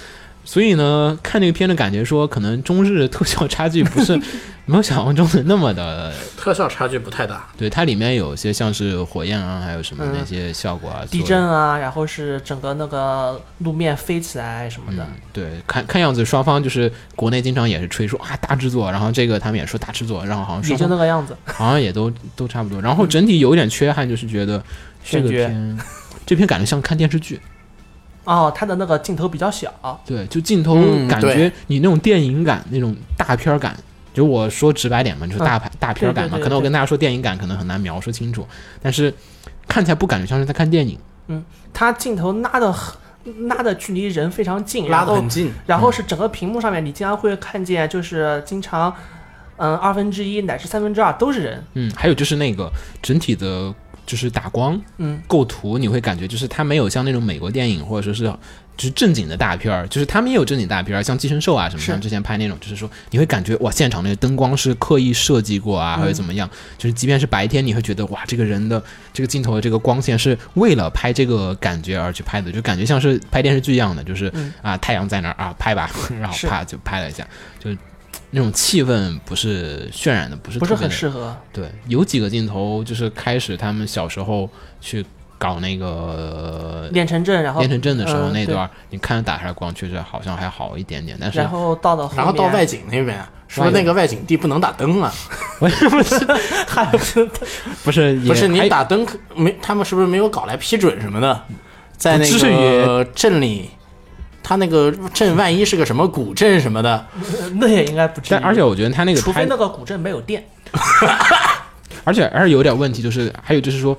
S2: 所以呢，看这个片的感觉说，可能中日特效差距不是 没有想象中的那么的。
S4: 特效差距不太大。
S2: 对，它里面有些像是火焰啊，还有什么
S3: 嗯
S2: 那些效果啊，
S3: 地
S2: 做得
S3: 震啊，然后是整个那个路面飞起来什么的，
S2: 嗯对，看看样子双方就是国内经常也是吹说啊大制作，然后这个他们也说大制作，然后好像
S3: 也
S2: 双
S3: 就
S2: 方
S3: 那个样子。
S2: 好像也都都差
S3: 嗯
S2: 不多。然后整体有一点缺憾，就是觉得这个
S3: 选角
S2: 片这片感觉像看电视剧，
S3: 哦，它的那个镜头比较小，
S2: 对，就镜头
S4: 嗯
S2: 感觉你那种电影感、那种大片儿感。就我说直白点嘛，就是大牌、大片儿感嘛。
S3: 啊对对对
S2: 可能我
S3: 对
S2: 跟大家说电影感可能很难描述清楚，但是看起来不感觉像是在看电影。
S3: 它镜头拉的拉的距离人非常近，
S4: 拉
S3: 然
S4: 得
S3: 后
S4: 很近，
S3: 然后是整个屏幕上面，你经常会看见，就是经常，嗯，二分之一乃至三分之二都是人，
S2: 嗯，还有就是那个整体的，就是打光
S3: 嗯，
S2: 构图，你会感觉就是它没有像那种美国电影或者说是就是正经的大片儿，就是他们也有正经大片儿，像《寄生兽》啊什么，
S3: 是
S2: 像之前拍那种，就是说你会感觉哇，现场那个灯光是刻意设计过
S3: 嗯
S2: 啊，还有怎么样，就是即便是白天，你会觉得哇，这个人的这个镜头的这个光线是为了拍这个感觉而去拍的，就感觉像是拍电视剧一样的，就是、
S3: 嗯
S2: 啊太阳在那儿啊拍吧， 然后
S3: 是
S2: 啪就拍了一下，就那种气氛不是渲染的不是
S3: 不是
S2: 特别
S3: 很
S2: 的
S3: 适合。
S2: 对，有几个镜头就是开始他们小时候去搞那个
S3: 练成阵，然后
S2: 练成阵的时候
S3: 嗯
S2: 那段儿，你看打下光确实好像还好一点点，但是
S3: 然后到了后面，
S4: 然后到 外景那边，是不是那个外景地不能打灯啊？
S2: 我也不是
S3: 还有
S2: 不是也
S4: 不是你
S2: 还
S4: 打灯可没，他们是不是没有搞来批准什么的？在那
S2: 不至于
S4: 个镇里，他那个镇万一是个什么古镇什么的，
S3: 那也应该不至于。
S2: 但而且我觉得他那个
S3: 除非
S2: 拍，
S3: 那个古镇没有电，
S2: 而且而且有点问题，就是还有就是说。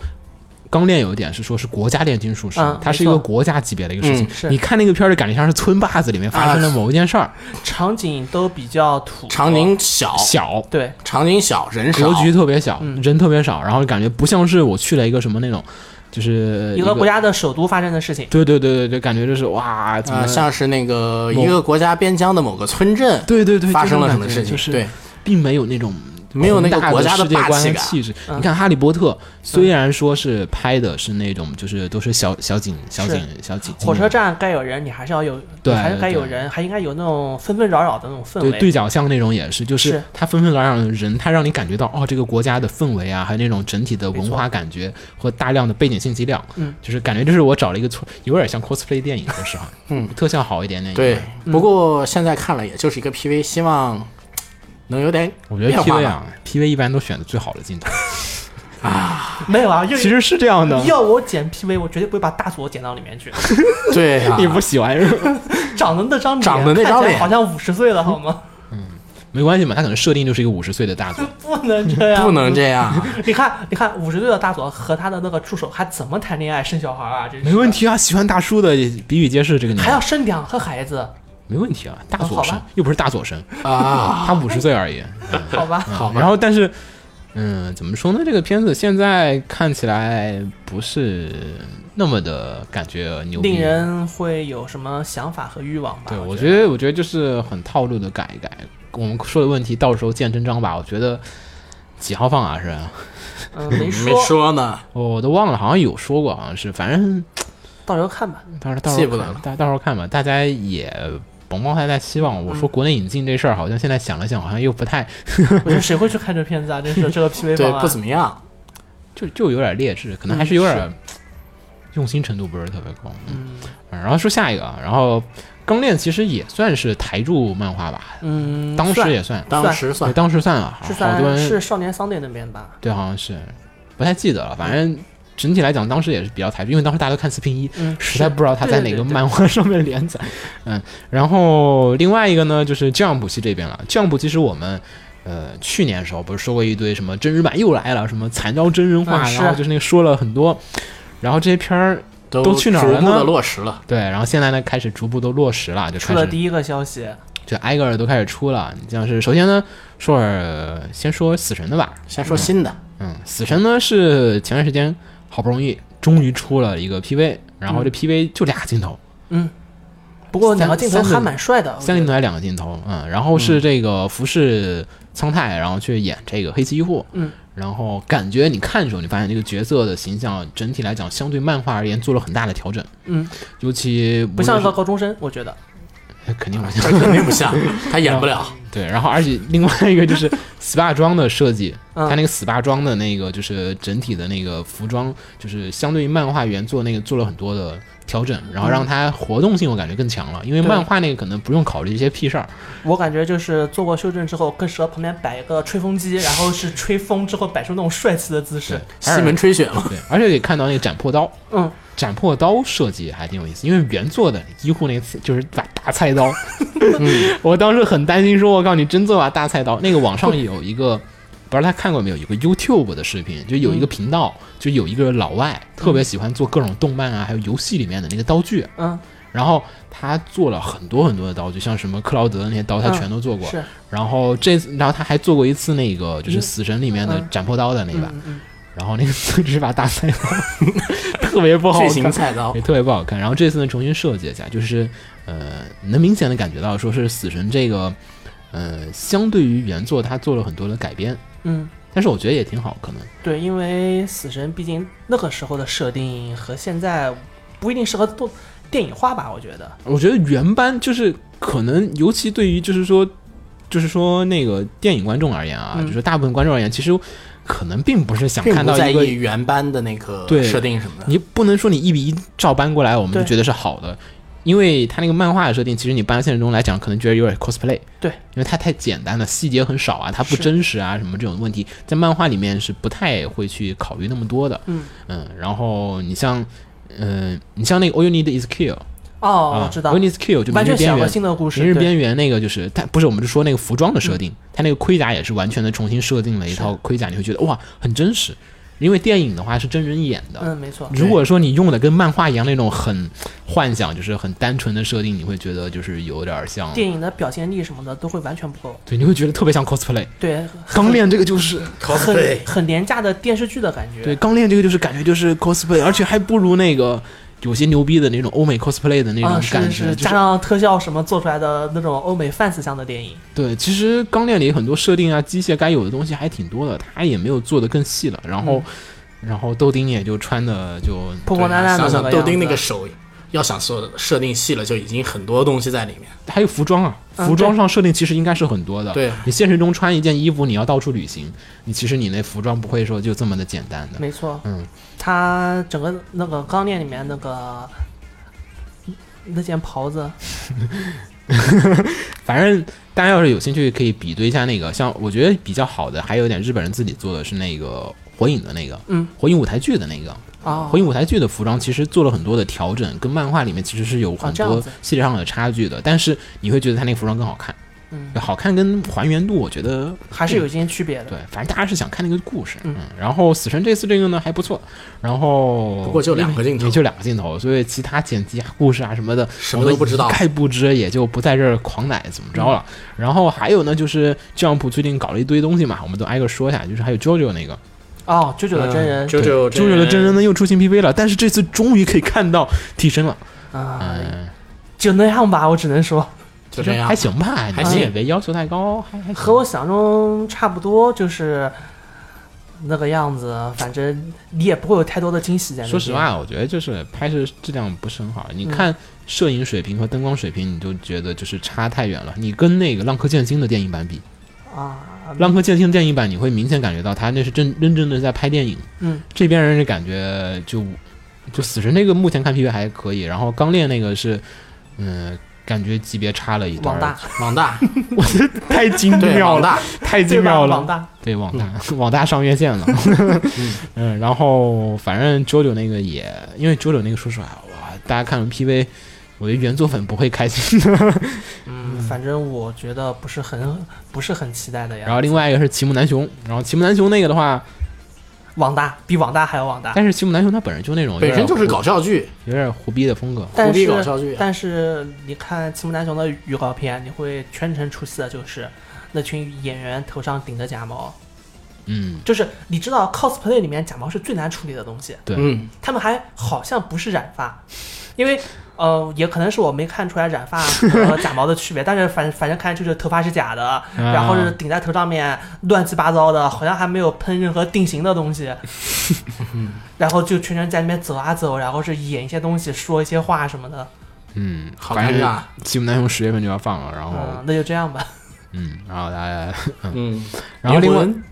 S2: 钢炼有一点是说，是国家炼金术师，
S3: 嗯
S2: 它是一
S3: 没
S2: 个
S3: 错
S2: 国家级别的一个事情。
S3: 嗯是
S2: 你看那个片儿的感觉像是村坝子里面发生了某一件事儿，
S3: 场景都比较土，
S4: 场景
S3: 啊
S4: 小，
S2: 小
S3: 对，
S4: 场景小，人少，
S2: 格局特别小，
S3: 嗯
S2: 人特别少，然后感觉不像是我去了一个什么那种，就是
S3: 一个国家的首都发生的事情，
S2: 对对对对对，感觉就是哇，怎么、
S4: 啊，像是那个
S2: 某
S4: 一个国家边疆的某个村镇
S2: 对对对
S4: 发生了
S2: 这
S4: 什
S2: 种
S4: 么
S2: 感觉
S4: 事情，
S2: 就是嗯
S4: 对，
S2: 并没有那种
S4: 没有那个
S2: 宏大
S4: 国家
S2: 的
S4: 的
S2: 世界
S4: 霸
S2: 观和
S4: 气感啊嗯
S2: 气质。你看《哈利波特》，虽然说是拍的是那种就是都是小小景小景小景
S3: 火车站该有人，你还是要有，
S2: 嗯对
S3: 还是该有
S2: 对
S3: 人，还应该有那种纷纷扰扰的那种氛
S2: 对
S3: 围。
S2: 对角巷那种也是，就是
S3: 是
S2: 它纷纷扰扰的人，它让你感觉到哦，这个国家的氛围啊，还有那种整体的文化感觉和大量的背景信息量，
S3: 嗯，
S2: 就是感觉就是我找了一个村，有点像 cosplay 电影，说实话，嗯，特效好一点点，
S4: 对，。不过现在看了也就是一个 PV，希望能有点
S2: 我觉得
S4: 变化
S2: PV
S4: 吧。
S2: 啊，PV 一般都选的最好的镜头，
S3: 没有啊，又
S2: 其实是这样的，
S3: 要我剪 PV，我绝对不会把大佐剪到里面去。
S4: 对啊，
S2: 你不喜欢是吧？
S3: 长得那张脸，
S4: 长得那张脸
S3: 看起来好像五十岁了，好吗？
S2: 嗯没关系嘛，他可能设定就是一个五十岁的大佐，
S3: 不能这样，
S4: 不能。这 样。
S3: 你看，你看，五十岁的大佐和他的那个助手还怎么谈恋爱、生小孩啊？这
S2: 没问，题啊，喜欢大叔的也比比皆是，这个年
S3: 还
S2: 代
S3: 要生两个 孩子，
S2: 没问题啊，大佐
S3: 好吧
S2: 生又不是大佐生，
S4: 啊，
S2: 他五十岁而已。嗯
S3: 好吧？
S4: 好吧
S2: 然后但是，嗯，怎么说呢？这个片子现在看起来不是那么的感觉牛逼，
S3: 令人会有什么想法和欲望吧？
S2: 对我
S3: 我
S2: 觉得，我觉得就是很套路的改一改。我们说的问题到时候见真章吧。我觉得几号放啊？是
S3: 得，嗯，没
S4: 没说呢，
S2: 我都忘了，好像有说过，好像是，反正
S3: 到时候看吧。
S2: 到时候到
S4: 记
S2: 时候
S4: 不得
S2: 看
S4: 了
S2: 大到时候看吧，大家也甭抱太大希望。我说国内引进这事儿，好像现在想了想，好像又不太，
S3: 我说谁会去看这片子啊？真是这个 PV
S4: 对
S3: 方，案
S4: 不怎么样。
S2: 就就有点劣质，可能还是有点儿用心程度不是特别高。嗯，然后说下一个，啊，然后《钢炼》其实也算是台柱漫画吧，
S3: 嗯，
S2: 当时
S3: 算
S2: 也算，
S4: 当时
S2: 对，
S4: 算
S2: 当时算啊，好
S3: 是
S2: 好多
S3: 算
S2: 人
S3: 是少年桑队那边吧？
S2: 对，好像是不太记得了，反正。整体来讲，当时也是比较台柱，因为当时大家都看四拼一，
S3: 嗯，
S2: 实在不知道他在哪个
S3: 对对对对
S2: 漫画上面连载。嗯，然后另外一个呢，就是 Jump 系这边了。Jump 其实我们。呃，去年的时候不是说过一堆什么真人版又来了，什么惨遭真人化，
S3: 嗯是
S2: 然后就是那个说了很多，然后这些片儿
S4: 都
S2: 都去哪儿
S4: 逐
S2: 了呢
S4: 步的落实了。
S2: 对，然后现在呢开始逐步都落实了，就
S3: 出
S2: 开
S3: 了
S2: 始
S3: 第一个消息，
S2: 就挨个儿都开始出了。你像是首先呢，说会儿先说死神的吧，
S4: 先说新的，
S2: 嗯，死神呢是前段时间好不容易终于出了一个 PV，然后这 PV 就俩镜头，
S3: 不过两个
S2: 三
S3: 镜头
S2: 三个
S3: 还蛮帅的，我
S2: 三
S3: 觉
S2: 镜
S3: 得
S2: 头还是两个镜头，嗯，然后是这个服饰苍太，然后去演这个黑崎一护，
S3: 嗯，
S2: 然后感觉你看的时候，你发现这个角色的形象整体来讲，相对漫画而言做了很大的调整，
S3: 嗯，
S2: 尤其无
S3: 不
S2: 论
S3: 像
S2: 是
S3: 个高中生，我觉得。
S2: 哎肯定不
S4: 这
S2: 像，
S4: 肯定不像，他演不了。
S2: 对，然后而且另外一个就是 SPA 装的设计，
S3: 嗯
S2: 它那个 SPA 装的那个就是整体的那个服装，就是相对于漫画原作那个做了很多的调整，然后让它活动性我感觉更强了，因为
S3: 嗯对
S2: 漫画那个可能不用考虑一些屁事儿，
S3: 我感觉就是做过修正之后，更适合旁边摆一个吹风机，然后是吹风之后摆出那种帅气的姿势
S2: 对。，
S4: 西门吹雪嘛，
S2: 对，而且也看到那个斩破刀，
S3: 嗯，
S2: 斩破刀设计还挺有意思，因为原作的医护那次就是把大菜 刀，嗯我当时很担心说，我告诉你，真做把大菜刀。那个网上有一个，不知道他看过没有，有个 YouTube 的视频，就有
S3: 嗯
S2: 一个频道，就有一个老外特别喜欢做各种动漫啊，还有游戏里面的那个刀具，
S3: 嗯，
S2: 然后他做了很多很多的刀具，像什么克劳德那些刀，他
S3: 嗯
S2: 全都做过。
S3: 是，
S2: 然后这次，然后他还做过一次那个就是
S3: 嗯
S2: 死神里面的
S3: 嗯
S2: 斩破刀的那把。
S3: 嗯嗯
S2: 然后那个四只把大菜 刀特别不好
S4: 巨型
S2: 哦看，
S4: 菜刀
S2: 也。特别不好看。然后这次呢，重新设计一下，就是呃，能明显的感觉到，说是死神这个呃，相对于原作，它做了很多的改编，
S3: 嗯，
S2: 但是我觉得也挺好，可能
S3: 对，因为死神毕竟那个时候的设定和现在不一定适合做电影化吧，我觉得。
S2: 我觉得原班就是可能，尤其对于就是说。就是说，那个电影观众而言啊，
S3: 嗯
S2: 就是说大部分观众而言，其实可能并不是想
S4: 并
S2: 看
S4: 不
S2: 到
S4: 在
S2: 一个
S4: 意原班的那个
S2: 对
S4: 设定什么的，
S2: 你不能说你一比一照搬过来，我们就
S3: 对
S2: 觉得是好的，因为它那个漫画的设定，其实你搬到现实中来讲，可能觉得有点 cosplay。
S3: 对，
S2: 因为它太简单了，细节很少啊，它不
S3: 是
S2: 真实啊，什么这种问题，在漫画里面是不太会去考虑那么多的。
S3: 嗯，
S2: 嗯，然后你像，嗯、你像那个 All You Need Is Kill，
S3: 哦，
S2: 啊
S3: 我知道
S2: All，You Need Is Kill 就
S3: 完
S2: 明日
S3: 全
S2: 边
S3: 想
S2: 缘
S3: 个。新的故
S2: 明
S3: 事。
S2: 日
S3: 对，嗯
S2: 边缘那个就是，它不是我们就说那个服装的设定，它那个盔甲也是完全的重新设定了一套盔甲，你会觉得哇很真实，因为电影的话是真人演的，
S3: 嗯，没错。
S2: 如果说你用的跟漫画一样那种很幻想，就是很单纯的设定，你会觉得就是有点像，
S3: 电影的表现力什么的都会完全不够。
S2: 对，你会觉得特别像 cosplay。
S3: 对，
S2: 钢炼这个就是，
S3: 很很廉价的电视剧的感觉。啊
S2: 对，钢炼这个就是感觉就是 cosplay，而且还不如那个有些牛逼的那种欧美 cosplay 的那种
S3: 啊，
S2: 感
S3: 是
S2: 觉。就
S3: 是，加
S2: 是
S3: 上特效什么做出来的那种欧美 fans 向的电影。
S2: 对，其实钢炼里很多设定啊，机械该有的东西还挺多的，它也没有做的更细了。然
S3: 嗯
S2: 后，然后豆丁也就穿的就
S3: 破破烂烂的
S4: 想
S3: 那
S4: 想
S3: 个
S4: 豆丁
S3: 样
S4: 那
S3: 子
S4: 个手，要想设设定细了，就已经很多东西在里面。
S2: 还有服装啊，
S3: 嗯
S2: 服装上设定其实应该是很多的。
S4: 对
S2: 你现实中穿一件衣服，你要到处旅行，你其实你那服装不会说就这么的简单的。
S3: 没错，
S2: 嗯，
S3: 他整个那个钢链里面那个那件袍子，
S2: 反正大家要是有兴趣，可以比对一下那个，像我觉得比较好的，还有一点日本人自己做的是那个火影的那个，
S3: 嗯，
S2: 火影舞台剧的那个，
S3: 啊
S2: 火，影舞台剧的服装其实做了很多的调整，跟漫画里面其实是有很
S3: 哦这样
S2: 多
S3: 子
S2: 细节上的差距的，但是你会觉得它那个服装更好看。
S3: 嗯，
S2: 好看跟还原度，我觉得
S3: 还是有一些区别的。
S2: 对，反正大家是想看那个故事，嗯
S3: 嗯，
S2: 然后死神这次这个呢还不错，然后
S4: 不过就两个镜头
S2: 也就两个镜头，所以其他剪辑啊、故事啊什么的，
S4: 什么都不知道嗯
S2: 我们一概不知，也就不在这儿狂奶怎么着了。然后还有呢，就是降普最近搞了一堆东西嘛，我们都挨个说一下，就是还有 JoJo 那个
S3: 哦，九九的
S2: 嗯
S3: 真人
S4: 九九
S2: JoJo 的真人呢又出新 PV 了，但是这次终于可以看到替身了，
S3: 啊，
S2: 嗯，
S3: 就那样吧，我只能说
S4: 就这样
S2: 还，行吧，
S4: 还
S2: 你
S4: 行
S2: 也别要求太高，还还
S3: 和我想象中差不多，就是那个样子。反正你也不会有太多的惊喜在那边。
S2: 说实话，我觉得就是拍摄质量不是很好。你看摄影水平和灯光水平，你就觉得就是差太远了。你跟那个《浪客剑心》的电影版比，
S3: 啊
S2: 《浪客剑心》的电影版你会明显感觉到他那是真认真的在拍电影。
S3: 嗯，
S2: 这边人是感觉就就死神那个目前看 PV 还可以，然后钢炼那个是嗯。感觉级别差了一段儿，
S3: 网大
S4: 网大，
S2: 太精
S4: 对
S2: 妙了，
S4: 网大，
S2: 太
S3: 对
S2: 精
S3: 吧？
S2: 妙了
S3: 网。大，
S2: 对，网大、
S4: 嗯
S2: 网大上院线 了。嗯，然后反正 JoJo 那个也，因为 JoJo 那个说实话，哇，大家看了 PV，我觉得原作粉不会开心的。
S3: 嗯，反正我觉得不是很不是很期待 的
S2: 然
S3: 呀。
S2: 后另外一个是齐木楠雄，然后齐木楠雄那个的
S4: 啊
S2: 话，
S3: 网大比网大还要网大，
S2: 但是齐木楠雄他本身就那种有
S4: 本
S2: 点
S4: 身就是
S2: 胡
S4: 搞笑剧，
S2: 有点胡逼的风格。
S3: 但
S4: 胡逼
S3: 是
S4: 搞笑剧啊。
S3: 但是你看《齐木楠雄》的预告片，你会全程出戏的就是那群演员头上顶着假毛，
S2: 嗯，
S3: 就是你知道 cosplay 里面假毛是最难处理的东西，
S2: 对，
S4: 嗯，
S3: 他们还好像不是染发，因为呃，也可能是我没看出来染发和假毛的区别，但是反反正看就是头发是假的，然后是顶在头上面乱七八糟的，好像还没有喷任何定型的东西，然后就全程在那边走啊走，然后是演一些东西，说一些话什么的，
S2: 嗯，
S4: 好
S2: 反正
S4: 尴尬啊
S2: 《吉姆南雄》十月份就要放了，然后
S3: 嗯，那就这样吧。
S2: 嗯，然后大家，
S4: 嗯，
S2: 然后另外《
S4: 灵魂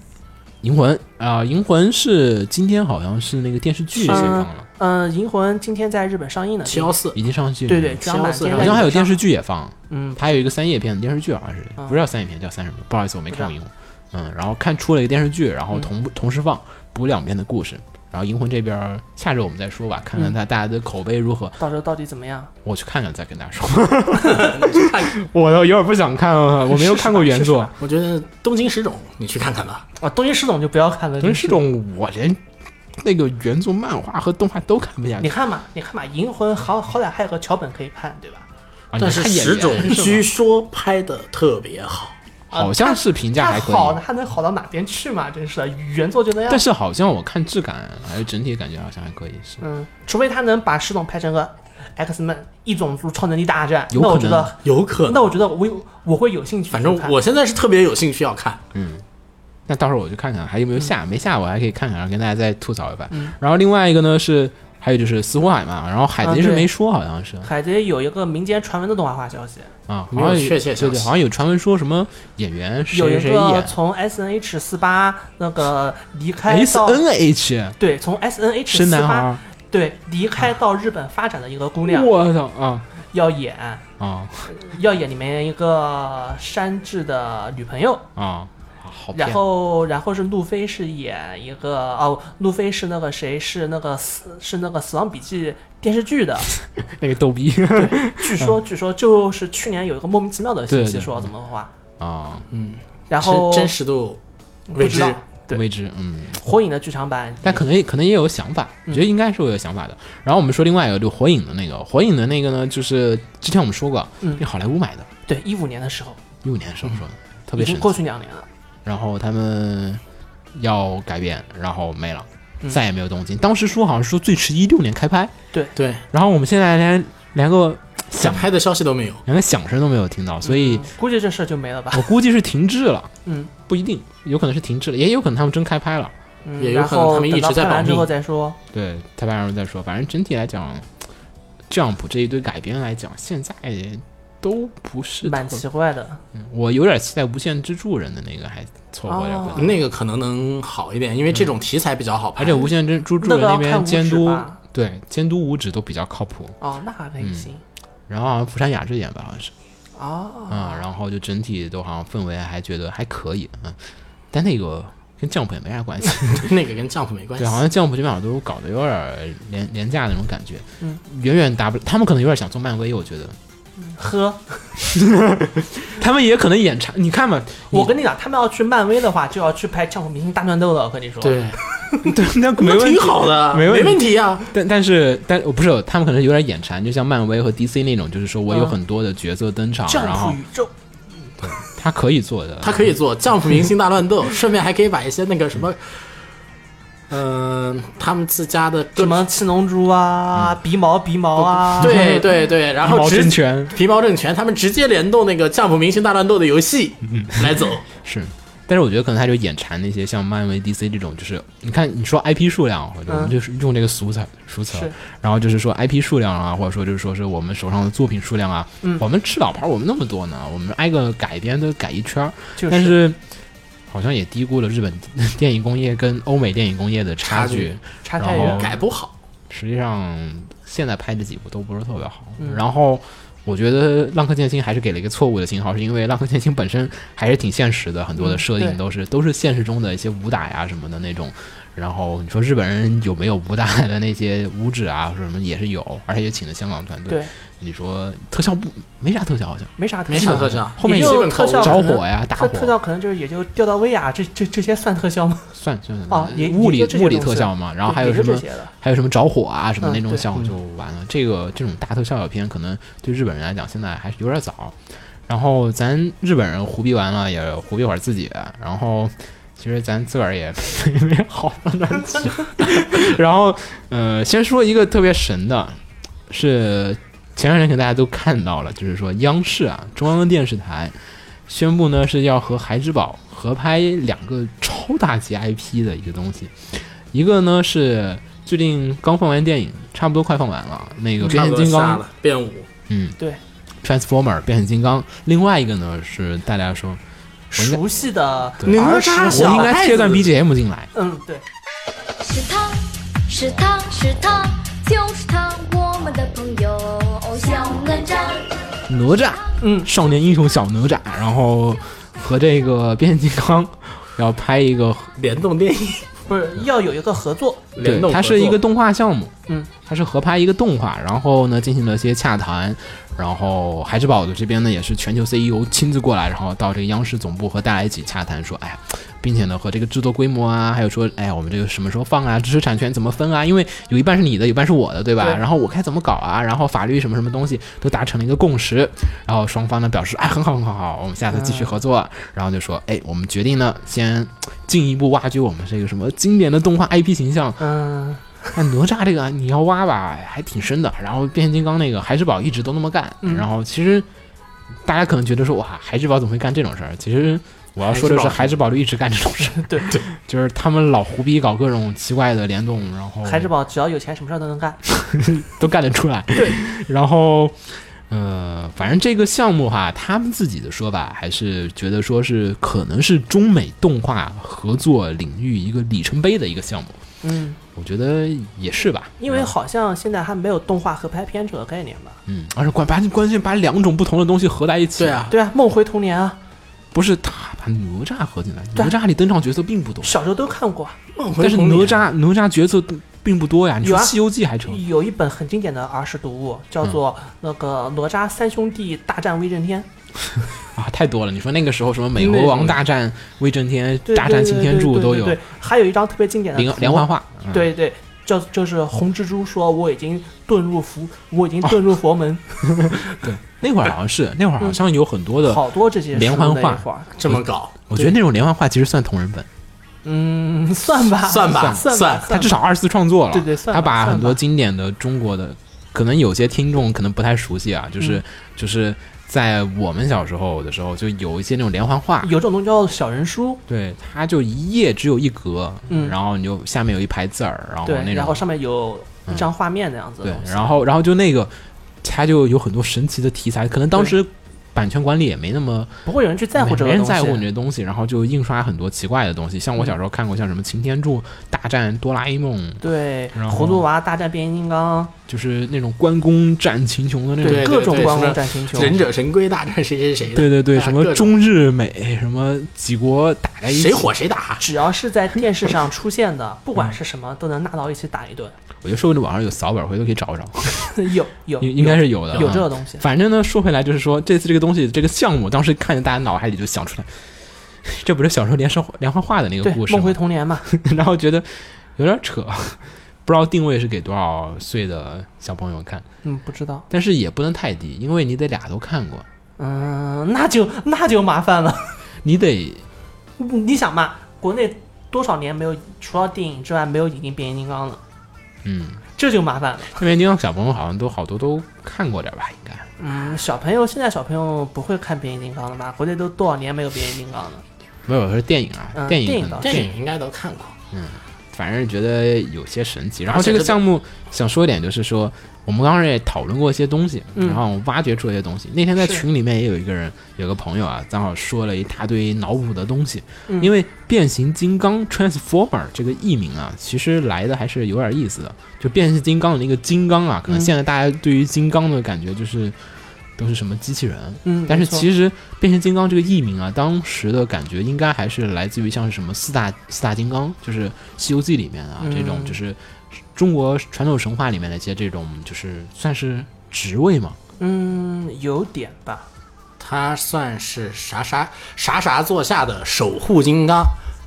S2: 银魂》啊，《银魂》是今天好像是那个电视剧先放了，
S3: 嗯，《银魂》今天在日本上映了，
S4: 七幺四，
S2: 已经上去了，
S3: 对对，剧场版
S4: 七
S3: 今
S4: 幺四
S3: 天
S2: 好
S3: 在
S2: 像还有
S3: 日本
S2: 电
S3: 上
S2: 视剧也放，
S3: 嗯，
S2: 它有一个三叶片的电视剧，好像是
S3: 啊
S2: 不知道三叶片叫三什么，不好意思，我没看过
S3: 不
S2: 《
S3: 知
S2: 银魂》。嗯，然后看出了一个电视剧，然后同步同时放补两遍的故事。然后《银魂》这边儿下周我们再说吧，看看大大家的口碑如何。
S3: 到时候到底怎么样？
S2: 我去看看再跟大家 说。我都有点不想看了，我没有看过原
S3: 是
S2: 作。
S3: 吧
S4: 我觉得东京十种你去看看吧。
S3: 啊，东京市总就不要看了，
S2: 东
S3: 真
S2: 西这种我连那个原作漫画和动画都看不下
S3: 你
S2: 去。
S3: 看嘛，你看嘛，《银魂》好好歹还有个桥本可以看，对吧？
S2: 啊
S4: 但是
S2: 你看演员
S4: 十种
S2: 是吗
S4: 据说拍的特别好，
S3: 啊
S2: 好像是评价还可
S3: 它好，
S2: 以，
S3: 它能好到哪边去嘛？真是的，原作就那样
S2: 但。是好像我看质感还有整体感觉好像还可以，是
S3: 嗯，除非他能把石总拍成个 X Men 异种族超能力大战，
S2: 有
S3: 那我
S2: 可
S3: 觉
S2: 能
S3: 得，
S4: 有可
S3: 那
S4: 能。
S3: 我觉得我有我会有兴趣去
S4: 反
S3: 看。
S4: 正我现在是特别有兴趣要看，
S2: 那到时候我去看看还有没有
S3: 嗯
S2: 下，没下我还可以看看，然后跟大家再吐槽一番。然后另外一个呢是还有就是死火海嘛，然后海贼
S3: 啊
S2: 是
S3: 对
S2: 没说，好像是
S3: 海贼有一个民间传闻的动画化消息，
S2: 啊，
S4: 没
S2: 好
S4: 有
S2: 像有
S4: 确切消
S2: 对
S4: 息
S2: 对，好像有传闻说什么演员
S3: 有
S2: 谁
S3: 一
S2: 谁
S3: 个
S2: 演
S3: 从 S N H 四八那个离开
S2: S
S3: 到
S2: N H
S3: 对，从 S N H
S2: 生
S3: 四
S2: 男
S3: 八
S2: 孩，
S3: 对离开到日本发展的一个姑娘
S2: 我操啊
S3: 要演
S2: 啊
S3: 要演里面一个山治的女朋友，
S2: 啊，好骗
S3: 然后，然后是路飞是演一个哦，路飞是那个谁是那个死是那个《死亡笔记》电视剧 的，
S2: 那个逗逼
S3: 据
S4: 嗯
S3: 说据说就是去年有一个莫名其妙的信
S2: 对对
S3: 息说怎么画，
S2: 啊，
S3: 然后
S4: 真真实度
S3: 哦不
S4: 未
S3: 知
S4: 知
S3: 道。嗯对
S2: 未知嗯。
S3: 火影的剧场版，
S2: 但可能也可能也有想法，
S3: 嗯
S2: 我觉得应该是会有想法的。然后我们说另外一个，就火影的那个，火影的那个呢，就是之前我们说过，
S3: 嗯
S2: 那好莱坞买的，
S3: 对一五年的时候，
S2: 一五年的时候说的，特
S3: 已
S2: 别
S3: 经
S2: 神
S3: 过
S2: 奇。
S3: 去两年了，
S2: 然后他们要改变，然后没了，
S3: 嗯
S2: 再也没有动静。当时说好像是说最迟一六年开拍，
S4: 对，
S2: 然后我们现在连连个 响
S4: 想拍的消息都没有。
S2: 连个响声都没有听到，所以
S3: 嗯估计这事儿就没了吧。
S2: 我估计是停滞了，
S3: 嗯，
S2: 不一定，有可能是停滞了，也有可能他们真开拍了。
S3: 嗯
S4: 也有
S3: 然
S4: 可能
S3: 后
S4: 他们一
S3: 等到
S4: 直在
S3: 看
S4: 保
S3: 完之
S4: 密
S3: 后再说。
S2: 对，太白人再说，反正整体来讲，Jump 这一堆改编来讲，现在都不是
S3: 蛮
S2: 特
S3: 奇怪的，
S2: 我有点期待《无限之助人》的那个还凑合点
S3: 哦
S2: 可能，
S4: 那个可能能好一点，因为这种题材比较好拍。
S2: 而且《无限之助助人》
S3: 那个要
S2: 边
S3: 看五指
S2: 监督
S3: 吧
S2: 对监督五指都比较靠谱，
S3: 哦，那还可
S2: 嗯
S3: 以行
S2: 然后好像釜山雅治演吧，好像是
S3: 哦，
S2: 啊、然后就整体都好像氛围还觉得还可以，嗯，但那个跟 Jump 也没啥关系，
S4: 那个跟丈夫没关系
S2: 对，。好像 Jump 这边好像都搞得有点廉廉价的那种感觉，
S3: 嗯，
S2: 远远达不，他们可能有点想做漫威，我觉得
S3: 呵，
S2: 他们也可能演差，你看吧，
S3: 我跟你讲，他们要去漫威的话，就要去拍《降火明星大乱斗》了。我跟你说，
S4: 对，
S2: 对，那没
S4: 那
S2: 问
S4: 挺
S2: 题。
S4: 好的，
S2: 没
S4: 没
S2: 问题
S4: 问题啊。
S2: 但但是但我不是他们可能有点眼馋，就像漫威和 DC 那种，就是说我有
S3: 嗯
S2: 很多的角色登场，
S3: 降
S2: 然
S3: 谱
S2: 后
S3: 宇宙，
S2: 他可以做的，
S4: 他可以做《丈夫明星大乱斗》，顺便还可以把一些那个什么，嗯，他们自家的各
S3: 什么七龙珠啊，
S2: 嗯
S3: 鼻毛鼻毛啊，
S4: 对对对，然
S2: 毛
S4: 后直
S2: 真 拳
S4: 皮毛政权，他们直接联动那个《丈夫明星大乱斗》的游戏来走。
S2: 是。但是我觉得可能他就眼馋那些像漫威、DC 这种，就是你看你说 IP 数量，啊我觉得我们
S3: 嗯
S2: 就是用这个俗词俗词
S3: 是，
S2: 然后就是说 IP 数量啊，或者说就是说是我们手上的作品数量啊，
S3: 嗯
S2: 我们吃老牌儿我们那么多呢，我们挨个改编都改一圈儿，
S3: 就
S2: 但
S3: 是
S2: 是好像也低估了日本电影工业跟欧美电影工业的差
S4: 差距
S2: 距。
S3: 查太
S2: 然后
S3: 远。
S4: 改不好，
S2: 实际上现在拍的几部都不是特别好。
S3: 嗯
S2: 然后我觉得《浪客剑心》还是给了一个错误的信号，是因为《浪客剑心》本身还是挺现实的，很多的
S3: 嗯
S2: 设定
S3: 对
S2: 都是、都是现实中的一些武打呀什么的那种。然后你说日本人有没有武打的那些武指啊什么也是有，而且也请了香港团队。
S3: 对，
S2: 你说特效不没啥特效好像，
S3: 没啥特
S4: 没
S3: 效
S4: 啥特效，
S2: 后面
S4: 也
S2: 有
S4: 基本靠
S3: 特效
S2: 着
S3: 可能
S2: 火呀、打
S3: 特
S2: 火
S3: 特效可能就是哦也就吊到威亚，这这这些算特效吗？
S2: 算算算
S3: 啊也
S2: 物理
S3: 也就这些
S2: 物理
S3: 东西
S2: 特效嘛，然后还有
S3: 也就
S2: 什么
S3: 这些了？
S2: 还有什么着火啊什么
S3: 嗯
S2: 那种
S3: 对
S2: 效果就完了。这个这种大特效的片，可能对日本人来讲现在还是有点早。然后咱日本人胡逼完了也胡逼会儿自己，然后其实咱自个儿也 没好到哪儿去。 然后，呃，先说一个特别神的，是前两天可能大家都看到了，就是说央视啊，中央电视台宣布呢是要和孩之宝合拍两个超大级 IP 的一个东西，一个呢是最近刚放完电影，差不多快放完了，那个变
S4: 差
S2: 形
S4: 不多
S2: 金
S4: 下
S2: 刚嗯
S4: 了变五，
S2: Transformer 变形金刚，另外一个呢是大家说我应该
S3: 熟悉的
S2: 对
S4: 哪
S3: 儿时
S4: 吒
S3: 我
S2: 我
S4: 小
S2: 应该
S4: 太
S2: 切段
S4: 子
S2: BGM 进来。
S3: 嗯，对，
S5: 是他，是他，是他，就是他，我们的朋友哦小哪吒。
S2: 哪吒，
S3: 嗯
S2: 少年英雄小哪吒，然后和这个变形金刚要拍一个，
S4: 联动电影，
S3: 不是要有一个合作，
S4: 联
S2: 对
S4: 动，合
S2: 它是一
S4: 作
S2: 个动画项目，
S3: 嗯，
S2: 它是合拍一个动画，然后呢进行了一些洽谈，然后孩之宝的这边呢也是全球 CEO 亲自过来，然后到这个央视总部和大家一起洽谈说，哎呀。并且呢，和这个制作规模啊，还有说，哎呀，我们这个什么时候放啊，知识产权怎么分啊？因为有一半是你的，有一半是我的，对吧？
S3: 对
S2: 然后我该怎么搞啊？然后法律什么什么东西都达成了一个共识，然后双方呢表示，哎，很好，很好，很好，我们下次继续合作。然后就说，哎，我们决定呢，先进一步挖掘我们这个什么经典的动画 IP 形象，
S3: 嗯，
S2: 那哪吒这个你要挖吧，还挺深的。然后变形金刚那个孩之宝一直都那么干。
S3: 嗯
S2: 然后其实大家可能觉得说哇，孩之宝怎么会干这种事儿？其实我要说的是，孩之宝就一直干这种事儿。
S3: 对
S2: 对，就是他们老胡逼搞各种奇怪的联动，然后
S3: 孩之宝只要有钱，什么事儿都能干。
S2: 都干得出来。对， 然后。呃，反正这个项目哈，他们自己的说法还是觉得说是可能是中美动画合作领域一个里程碑的一个项目，
S3: 嗯，
S2: 我觉得也是吧，
S3: 因为
S2: 嗯
S3: 好像现在还没有动画合拍片这个概念吧？
S2: 嗯，而且关把关键把两种不同的东西合在一起，
S4: 对啊，
S3: 对啊，梦回童年啊，
S2: 不是他把哪吒合进来，
S3: 对啊
S2: 哪吒里登场角色并不多，
S3: 小时候都看过，
S4: 梦回
S2: 但是
S4: 童
S2: 哪
S4: 年
S2: 吒哪吒角色并不多呀，你
S3: 有
S2: 说
S3: 啊
S2: 《西游记》还成，
S3: 有一本很经典的儿时读物，叫做
S2: 嗯
S3: 那个哪吒三兄弟大战威震天。
S2: 啊，太多了，你说那个时候什么美猴王大战威震天
S3: 对，
S2: 大战擎天柱都有
S3: 对，对对对对还有一张特别经典的
S2: 连
S3: 图
S2: 连环，画，嗯，
S3: 对对，叫就是红蜘蛛说我已经遁入佛， 我已经遁入佛门，
S2: 那会儿好像是那会儿好像有很多的，
S3: 好多这些
S2: 连环画
S3: 画，
S4: 这么搞，
S2: 我觉得那种连环画其实算同人本，
S3: 嗯，算吧，
S4: 算吧
S3: 算
S4: 算
S2: 他至少二次创作了，
S3: 对对算
S2: 他
S3: 吧
S2: 把
S3: 算吧
S2: 很多经典的中国的，可能有些听众可能不太熟悉啊，
S3: 嗯
S2: 就是、就是在我们小时候的时候，就有一些那种连环画，
S3: 有种东西叫小人书，
S2: 对，它就一页只有一格，
S3: 嗯
S2: 然后你就下面有一排字儿，然后
S3: 对，
S2: 哦那
S3: 然后
S2: 种
S3: 上面有一张画面那样子的
S2: 对
S3: 东，西，
S2: 然后然后就那个，它就有很多神奇的题材，可能当时版权管理也没那么
S3: 不会有人去在乎这个
S2: 没人
S3: 东西嗯
S2: 在乎你的东西，然后就印刷很多奇怪的东西，像我小时候看过像什么擎天柱大战哆啦 A 梦，
S3: 对，
S2: 然后
S3: 葫芦娃大战变形金刚，
S2: 就是那种关公战秦琼的那种
S4: 对
S3: 各种
S4: 对
S3: 关
S4: 什么
S3: 公战秦琼，
S4: 忍者神龟大战谁谁谁的，
S2: 对对对，
S4: 啊
S2: 什么
S4: 各种
S2: 中日美，什么几国打哎在一起，啊
S4: 谁火谁打，啊
S3: 只要是在电视上出现 的，不管是什么，都能纳到一起打一顿。
S2: 我就说不定网上有扫本，回头可以找一找，
S3: 有有
S2: 嗯 应应该是有的，
S3: 有
S2: 啊
S3: 这个东西，
S2: 反正呢，说回来就是说，这次这个东西，这个项目，当时看见大家脑海里就想出来， 这不是小时候连上连环画的那个
S3: 对
S2: 故，事
S3: 梦
S2: 吗
S3: 回？童年嘛，
S2: 然后觉得有点扯，不知道定位是给多少岁的小朋友看，
S3: 嗯，不知道，
S2: 但是也不能太低，因为你得俩都看过，
S3: 嗯，那就那就麻烦了。
S2: 你得
S3: 你想嘛，国内多少年没有除了电影之外没有引进变形金刚了，
S2: 嗯，
S3: 这就麻烦了。
S2: 因为你让小朋友好像都好多都看过点吧，应该。
S3: 嗯，小朋友现在小朋友不会看变形金刚了吧？国内都多少年没有变形金刚了？
S2: 没有，是电影啊，
S3: 嗯
S2: 电影
S3: 电
S2: 可能
S3: 影倒是
S4: 电影应该都看过。
S2: 反正觉得有些神奇。然后
S4: 而且
S2: 这个
S4: 这个
S2: 项目想说一点，就是说我们刚刚也讨论过一些东西，
S3: 嗯
S2: 然后挖掘出了一些东西。那天在
S3: 是
S2: 群里面也有一个人，有个朋友啊，正好说了一大堆脑补的东西。
S3: 嗯
S2: 因为变形金刚 Transformer 这个译名啊，其实来的还是有点意思的。就变形金刚的那个金刚啊，可能
S3: 嗯
S2: 现在大家对于金刚的感觉就是都是什么机器人，
S3: 嗯，
S2: 但是
S3: 没错
S2: 其实变形金刚这个译名啊，当时的感觉应该还是来自于像是什么四大四大金刚，就是《西游记》里面啊、
S3: 嗯
S2: 这种，就是中国传统神话里面的一些这种，就是算是职位嘛。
S3: 嗯有点吧，
S4: 他算是啥啥啥啥座下的守护金刚，
S2: 嗯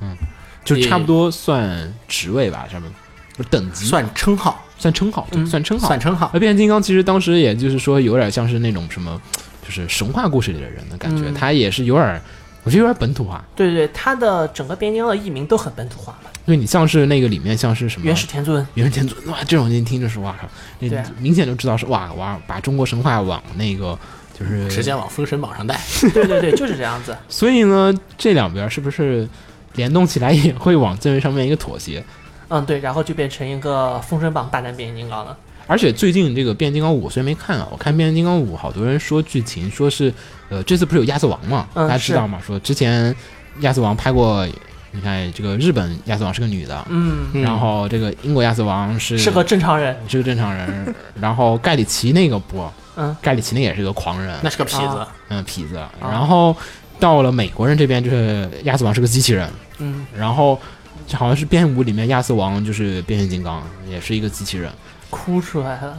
S2: 就
S4: 也
S2: 差不多算职位吧，上面不是等级
S4: 算称号，
S2: 算称号，对，
S3: 嗯
S2: 嗯算称号
S4: 算。称号
S2: 而。变形金刚其实当时也就是说有点像是那种什么，就是神话故事里的人的感觉，
S3: 嗯
S2: 他也是有点我觉得有点本土化，
S3: 对对对，它的整个边疆的译名都很本土化嘛，
S2: 因为你像是那个里面像是什么
S3: 元始 天尊，
S2: 原始天尊哇，这种人听着是哇靠，你
S3: 对啊
S2: 明显就知道是哇哇，把中国神话往那个就是
S4: 直接往封神榜上带。
S3: 对对对，就是这样子。
S2: 所以呢，这两边是不是联动起来也会往这上面一个妥协？
S3: 嗯，对，然后就变成一个《封神榜》大战变形金刚了。
S2: 而且最近这个《变形金刚五》虽然没看啊，我看《变形金刚五》好多人说剧情，说是呃这次不是有亚瑟王嘛，
S3: 嗯
S2: 大家知道嘛？说之前亚瑟王拍过，你看这个日本亚瑟王是个女的，
S3: 嗯，
S2: 然后这个英国亚瑟王是
S3: 是个正常人。
S2: 是个正常人，然后盖里奇那个不，
S3: 嗯，
S2: 盖里奇那也是个狂人，
S4: 那是个痞子，
S2: 嗯痞子，
S3: 啊
S2: 然后到了美国人这边就是亚瑟王是个机器人，
S3: 嗯，
S2: 然后这好像是变五里面亚瑟王就是变形金刚，也是一个机器人，
S3: 哭出来了。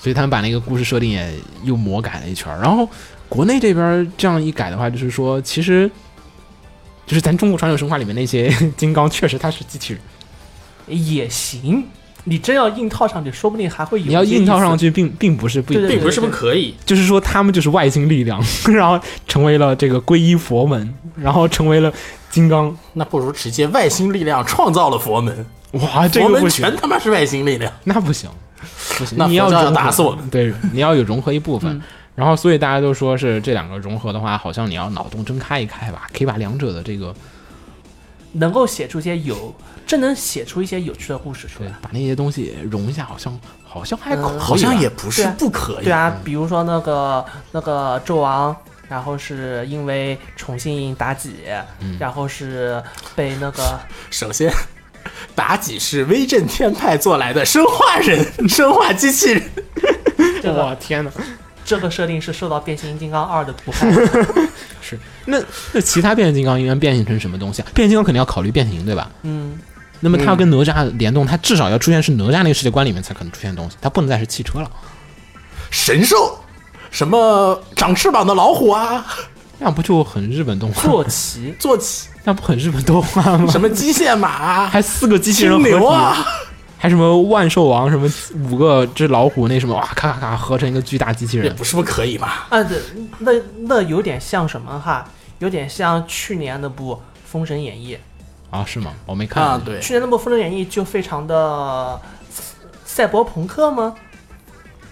S2: 所以他们把那个故事设定也又魔改了一圈儿。然后国内这边儿这样一改的话，就是说其实。就是咱中国传统神话里面那些 金刚，确实它是机器人。
S3: 也行，你真要硬套上去，说不定还会有。
S2: 你要硬套上，去并，并不是不一
S3: 对
S2: 定
S4: 并不是不可以。
S2: 就是说他们就是外星力量， 然后成为了这个皈依佛门，然后成为了金刚。
S4: 那不如直接外星力量创造了佛门，
S2: 哇，这
S4: 佛
S2: 个
S4: 门
S2: 不行
S4: 全，他妈是外星力量。
S2: 那不行，不行，
S4: 那
S2: 你
S4: 佛教
S2: 融
S4: 要
S2: 合
S4: 打死我们。
S2: 对，你要有融合一部分。
S3: 嗯
S2: 然后，所以大家都说是这两个融合的话，好像你要脑洞睁开一开吧，可以把两者的这个
S3: 能够写出一些有，真能写出一些有趣的故事出
S2: 对
S3: 来。，
S2: 把那些东西融一下，好像啊好像还可以吧、
S4: 好像也不是
S3: 对啊
S4: 不可以。
S3: 对啊，比如说那个那个纣王，然后是因为宠信妲己，
S2: 嗯
S3: 然后是被那个
S4: 首先，妲己是威震天派做来的生化人、 生化机器人，
S3: 这
S2: 哇
S4: 啊
S3: 个
S2: 天哪！
S3: 这个设定是受到《变形金刚二》的毒害。
S2: 是那那其他变形金刚应该变形成什么东西啊？变形金刚肯定要考虑变形，对吧？
S3: 嗯，
S2: 那么它要跟哪吒联动，它至少要出现是哪吒那个世界观里面才可能出现的东西，它不能再是汽车了，
S4: 神兽，什么长翅膀的老虎啊，
S2: 那不就很日本动画？
S3: 坐骑，
S4: 坐骑
S2: 那不很日本动画吗？
S4: 什么机械马啊，
S2: 还四个 机器人
S4: 青
S2: 合
S4: 牛啊
S2: 体，，还什么万兽王，什么五个只老虎，那什么哇咔咔咔合成一个巨大机器
S4: 也
S2: 人，
S4: 不是不可以吧？
S3: 啊，对，那那有点像什么哈？有点像去年那部《封神演义》。
S2: 啊，是吗？我没看
S4: 啊，，对，
S3: 去年那部《封神演义》就非常的呃赛博朋克吗？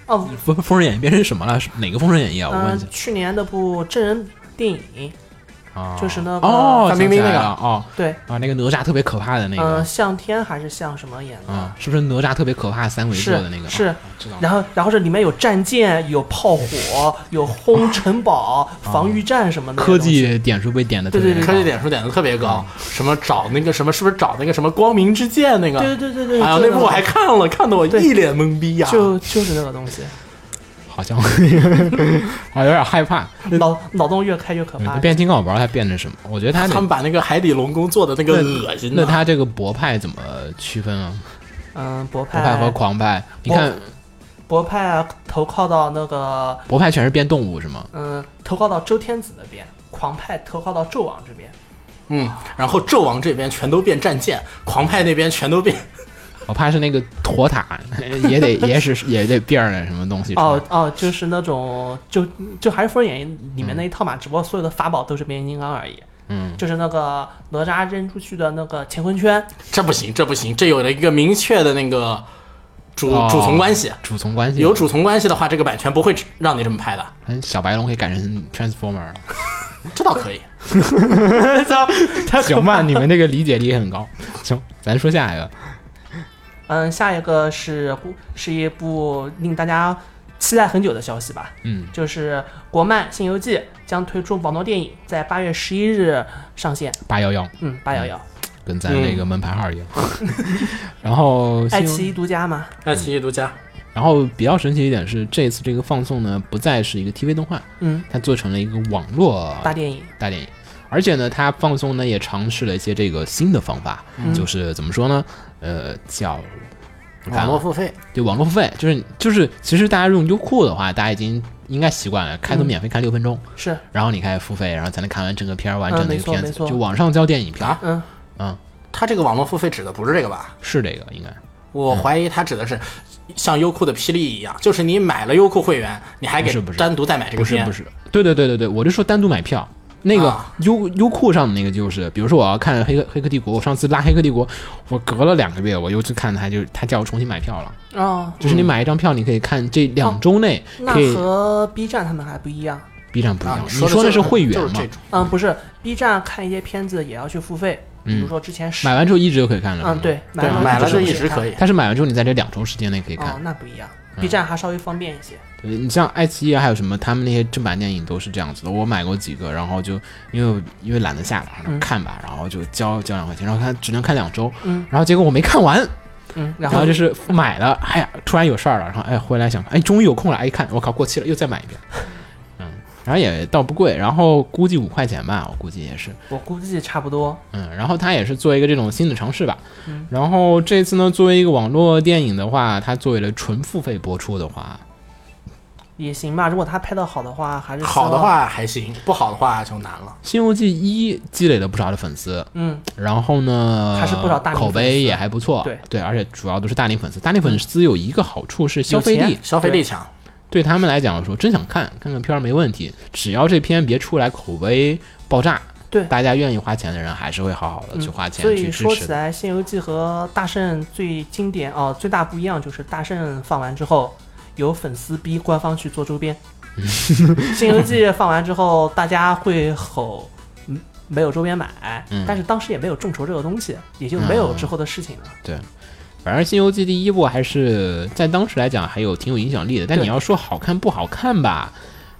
S3: 哦，
S2: 封封神演义变成什么了？是哪个封神演义啊？我
S3: 嗯、
S2: 问一下
S3: 去年那部真人电影，
S2: 啊，
S3: 就是那个
S2: 哦，
S4: 范冰冰
S2: 想起
S4: 那
S2: 来
S4: 个啊
S2: 了哦
S3: 对，
S2: 啊，那个哪吒特别可怕的那
S3: 嗯、
S2: 个
S3: 向天还是向什么演的？
S2: 啊，是不是哪吒特别可怕三维做
S3: 是
S2: 的那个？
S3: 是
S2: 啊，知道了。
S3: 然后然后这里面有战舰、有炮火、有轰城 堡、防御战什么的
S2: 啊科。技点数被点的特别
S3: 对对对
S2: 高
S4: 科技点数点的特别高，什么找那个什么，是不是找那个什么光明之剑那个？
S3: 对对对对对，
S4: 哎呀，
S3: 就
S4: 那
S3: 个
S4: 部我还看了，看得我一脸懵逼呀、
S3: 就就是那个东西，
S2: 好像啊有点害怕。
S3: 脑脑洞越开越可怕
S2: 嗯。变形金刚我不知道它变成什么，我觉得它
S4: 他们把那个海底龙宫做的那个恶心
S2: 那
S4: 的，
S2: 它这个博派怎么区分啊？
S3: 嗯，博
S2: 博派
S4: 哎
S2: 和
S3: 派
S2: 狂派，你看
S3: 博派啊，投靠到那个
S2: 博派全是变动物是吗？
S3: 嗯，投靠到周天子那边，狂派投靠到纣王这边。
S4: 嗯，然后纣王这边全都变战舰，狂派那边全都变，
S2: 我怕是那个火塔，也得也是也得变儿点什么东西出来。
S3: 哦哦，就是那种就就还是《封神演义》里面那一套嘛，只不过所有的法宝都是变形金刚而已。
S2: 嗯，
S3: 就是那个哪吒扔出去的那个乾 坤圈，
S4: 这不行，这不行，这有了一个明确的那个主、
S2: 哦
S4: 主从关系，
S2: 主从关系
S4: 有主从关系的话，这个版权不会让你这么拍的，
S2: 嗯小白龙可以改成 Transformer 了。
S4: 这倒可以。
S2: 行吧，你们这个理解力也很高。行，咱说下一个，
S3: 嗯，下一个是是一部令大家期待很久的消息吧，
S2: 嗯，
S3: 就是国漫《新游记》将推出网络电影，在八月十一日上线。
S2: 八幺幺
S3: 嗯，八幺幺，
S2: 跟咱这个门牌号一样。 然后
S3: 嗯爱
S2: 新闻
S3: 奇艺独家嘛，
S4: 爱奇艺独家，
S2: 然后比较神奇一点是，这次这个放送呢，不再是一个 TV 动画，
S3: 嗯，
S2: 它做成了一个网络
S3: 大电影，
S2: 大电影，而且呢，它放送呢也尝试了一些这个新的方法，
S3: 嗯
S2: 就是怎么说呢？呃，叫我看啊
S4: 网络付费，
S2: 对网络付费，就是就是，其实大家用优酷的话，大家已经应该习惯了，开头免费看六分钟，
S3: 是，
S2: 然后你开始付费，然后才能看完整个片儿完整的一
S3: 没
S2: 个
S3: 错
S2: 片子
S3: 没，错
S2: 就网上交电影票，
S4: 啊
S3: 嗯，
S2: 嗯，
S4: 他这个网络付费指的不是这个吧？
S2: 是这个应该。
S4: 我
S2: 嗯
S4: 怀疑他指的是像优酷的霹雳一样，就是你买了优酷会员，你还
S2: 不
S4: 给
S2: 是不是
S4: 单独再买这个
S2: 不是
S4: 片，
S2: 不是，对对对对对，我就说单独买票，那个
S4: 啊
S2: 优、优酷上的那个就是，比如说我要看黑《客黑客帝国》，我上次拉《黑客帝国》，我隔了两个月我又去看它，就它叫我重新买票了。
S3: 哦，
S2: 就是你买一张票，你可以看这两周内
S3: 那
S2: 可以、
S3: 和 B 站他们还不一样。
S2: B 站不一样。
S4: 啊，
S2: 你说的是会员
S4: 就是
S2: 嘛
S4: 这？种
S3: 嗯，不是，B 站看一些片子也要去付费，比如说之前是
S2: 买完之后一直就可以看了。
S3: 嗯，对，买
S4: 对，
S3: 了
S4: 买了
S3: 就
S4: 就一直可
S3: 以
S4: 以。
S2: 它是买完之后你在这两周时间内可以
S3: 看。
S2: 看。
S3: 哦，那不一样，B 站还稍微方便一些。
S2: 对你像爱奇艺啊还有什么，他们那些正版电影都是这样子的。我买过几个，然后就因为我因为懒得下了，然后看吧，然后就交交两块钱，然后看只能看两周，
S3: 嗯
S2: 然后结果我没看完，
S3: 嗯，
S2: 然
S3: 然后
S2: 后就是买了，哎呀，突然有事儿了，然后哎回来想，哎终于有空了，哎一看我靠过期了，又再买一遍，嗯，然后也倒不贵，然后估计五块钱吧，我估计也是，
S3: 我估计差不多。
S2: 嗯，然后它也是做一个这种新的尝试吧。
S3: 嗯
S2: 然后这次呢，作为一个网络电影的话，它作为了纯付费播出的话，
S3: 也行吧，如果他拍的好的话，还是
S4: 好的
S3: 希望，
S4: 话还行，不好的话就难了
S2: 《新游记一》积累了不少的粉丝，
S3: 嗯，
S2: 然后呢，
S3: 还是不少大龄粉
S2: 口
S3: 丝
S2: 碑也还不错，
S3: 对
S2: 而且主要都是大龄粉丝。大龄粉丝有一个好处是消费
S3: 有
S2: 力
S3: 钱，
S4: 消费力强。
S2: 对他们来讲说真想看，看看片儿没问题，只要这片别出来口碑爆炸，
S3: 对嗯
S2: 大家愿意花钱的人还是会好好的去花钱
S3: 所
S2: 去
S3: 以
S2: 支
S3: 说
S2: 持
S3: 起
S2: 的。
S3: 来，《新游记》和大圣最经典哦，最大不一样就是大圣放完之后，有粉丝逼官方去做周边，
S2: 嗯
S3: 《新游记》放完之后，大家会吼。嗯没有周边买，
S2: 嗯啊
S3: 但是当时也没有众筹这个东西，也就没有之后的事情了。
S2: 反正《新游记》第一部还是在当时来讲还有挺有影响力的，但
S3: 对
S2: 你要说好看不好看吧，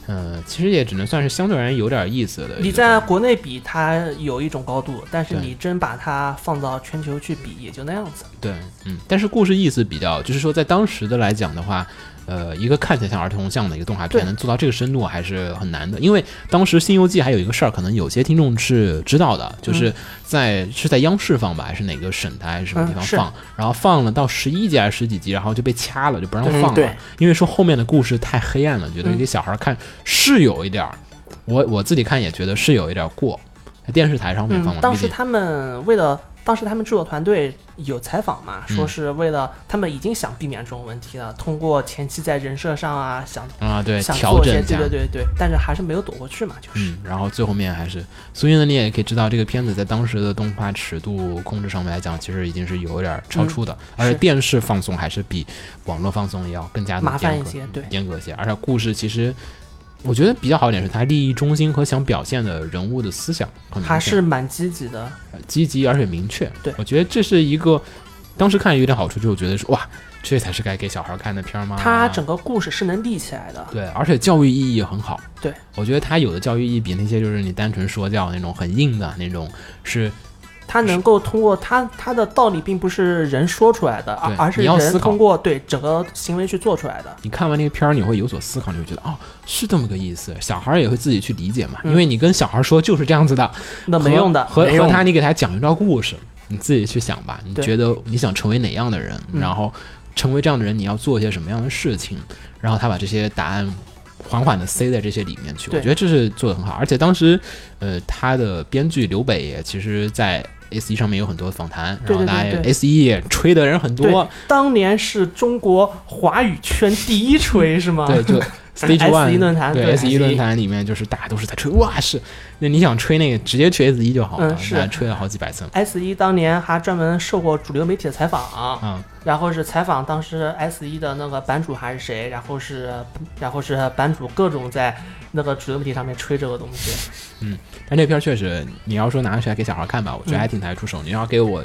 S2: 嗯、其实也只能算是相对而言有点意思的。
S3: 你在国内比它有一种高度，但是
S2: 对
S3: 你真把它放到全球去比，也就那样子。
S2: 对，嗯，但是故事意思比较，就是说在当时的来讲的话，呃，一个看起来像儿童像的一个动画片，
S3: 对
S2: 能做到这个深度还是很难的。因为当时《新游记》还有一个事儿，可能有些听众是知道的，
S3: 嗯
S2: 就是在、是在央视放吧，还是哪个省台还是什么地
S3: 嗯
S2: 方
S3: 是
S2: 放，然后放了到十一集还是十几集，然后就被掐了，就不让放了，
S4: 嗯对
S2: 因为说后面的故事太黑暗了，觉
S3: 嗯
S2: 得给小孩看是有一点儿，我我自己看也觉得是有一点儿过。在电视台上面放
S3: 嗯
S2: 嘛，，
S3: 当
S2: 毕
S3: 时
S2: 竟
S3: 他们为了当时他们制作团队有采访嘛，
S2: 嗯
S3: 说是为了他们已经想避免这种问题了，通过前期在人设上啊，想
S2: 啊，对，
S3: 想
S2: 调
S3: 做一
S2: 整
S3: 些，
S2: 一下
S3: 对，对对对，但是还是没有躲过去嘛，就是
S2: 嗯，然后最后面还是，所以呢，你也可以知道，这个片子在当时的动画尺度控制上面来讲，其实已经是有点儿超出的，而且
S3: 嗯是
S2: 电视放送还是比网络放送要更加的
S3: 麻烦
S2: 严格
S3: 一些对
S2: 严格一些，而且故事其实。我觉得比较好一点是它利益中心和想表现的人物的思想很明
S3: 还
S2: 确
S3: 是蛮积极的。
S2: 积极而且明确。
S3: 对
S2: 我觉得这是一个当时看有点好处，就是我觉得说哇，这才是该给小孩看的片儿吗？
S3: 它整个故事是能立起来的，
S2: 对，而且教育意义也很好。
S3: 对，
S2: 我觉得它有的教育意义比那些就是你单纯说教那种很硬的那种是，
S3: 它能够通过它它的道理并不是人说出来的，而
S2: 对
S3: 而是
S2: 你要思
S3: 人
S2: 考
S3: 通过对整个行为去做出来的。
S2: 你看完那个片儿你会有所思考，你会觉得哦是这么个意思，小孩儿也会自己去理解嘛，因为你跟小孩儿说就是这样子的，
S3: 那没用的，
S2: 和
S4: 没
S2: 和
S4: 用
S2: 他
S4: 的
S2: 你给他讲一段故事，你自己去想吧，你
S3: 对
S2: 觉得你想成为哪样的人，
S3: 嗯
S2: 然后成为这样的人你要做一些什么样的事情，然后他把这些答案。缓缓的塞在这些里面去，我
S3: 对
S2: 觉得这是做的很好。而且当时，呃，他的编剧刘北也其实，在 S 一上面有很多访谈，
S3: 对
S2: 然后
S3: 对
S2: 大家
S3: 对对
S2: S 一 E 也吹的人很
S3: 对
S2: 多，，
S3: 当年是中国华语圈第一锤是吗？
S2: 对， 就 Stage One
S3: S1 E 论坛
S2: 对
S3: 对 E
S2: S 一论坛里面就是大家都是在吹，哇是，那你想吹那个直接去 S E 一就好了，
S3: 嗯是
S2: 大家吹了好几百次，
S3: S 一当年还专门受过主流媒体的采访，
S2: 嗯
S3: 然后是采访当时 S 一的那个版主还是谁，然后是然后是版主各种在那个主流媒体上面吹这个东西，
S2: 但这片儿确实，你要说拿出来给小孩看吧，我觉得
S3: 嗯
S2: 还挺抬出手。你要给我，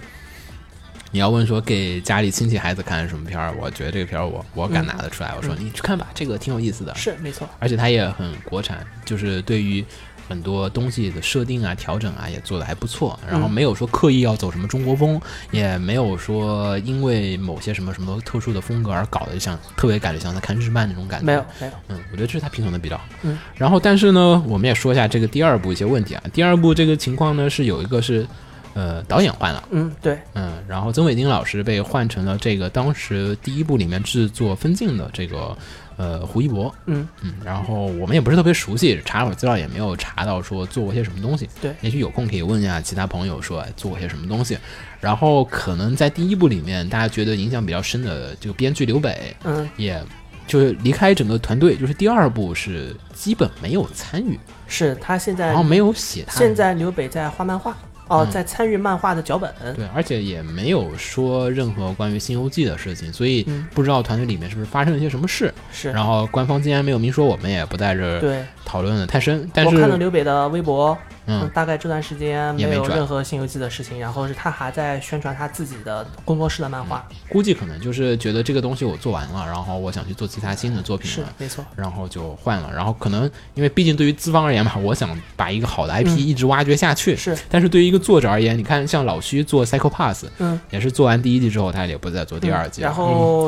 S2: 你要问说给家里亲戚孩子看什么片儿，我觉得这个片儿我我敢拿得出来。我说你去看吧，这个挺有意思的，
S3: 嗯是没错，
S2: 而且它也很国产，就是对于。很多东西的设定啊、调整啊也做得还不错，然
S3: 嗯
S2: 后没有说刻意要走什么中国风，也没有说因为某些什么什么特殊的风格而搞得像特别感觉像在看日漫那种感觉。
S3: 没有没有，
S2: 嗯，我觉得这是它平衡的比较好。
S3: 嗯，
S2: 然后但是呢，我们也说一下这个第二部一些问题啊。第二部这个情况呢是有一个是，呃，导演换了，
S3: 嗯对，
S2: 嗯，然后曾伟丁老师被换成了这个当时第一部里面制作分镜的这个呃胡一博，
S3: 嗯
S2: 嗯，然后我们也不是特别熟悉，查了会儿资料也没有查到说做过些什么东西。
S3: 对
S2: 也许有空可以问一下其他朋友说哎做过些什么东西。然后可能在第一部里面，大家觉得影响比较深的这个编剧刘北，
S3: 嗯
S2: 也就是离开整个团队，就是第二部是基本没有参与，
S3: 是他现在
S2: 然后没有写他
S3: 现在刘北在画漫画，哦、
S2: 嗯
S3: 在参与漫画的脚本。
S2: 对，而且也没有说任何关于《新游记》的事情，所以
S3: 嗯
S2: 不知道团队里面是不是发生了一些什么事。
S3: 是，
S2: 然后官方既然没有明说，我们也不在这儿
S3: 对，
S2: 讨论的太深。但
S3: 我看了
S2: 是，
S3: 刘北的微博，
S2: 嗯，
S3: 大概这段时间没
S2: 也没
S3: 有
S2: 转
S3: 任何《新游记》的事情，然后是他还在宣传他自己的工作室的漫画，
S2: 估计可能就是觉得这个东西我做完了，然后我想去做其他新的作品
S3: 是
S2: 了。
S3: 没错。
S2: 然后就换了，然后可能因为毕竟对于资方而言嘛，我想把一个好的 IP 一直挖掘下去。
S3: 嗯是
S2: 但是对于一个作者而言，你看像老徐做《Psycho Pass》，
S3: 嗯，
S2: 也是做完第一季之后，他也不再做第二季了。
S3: 然后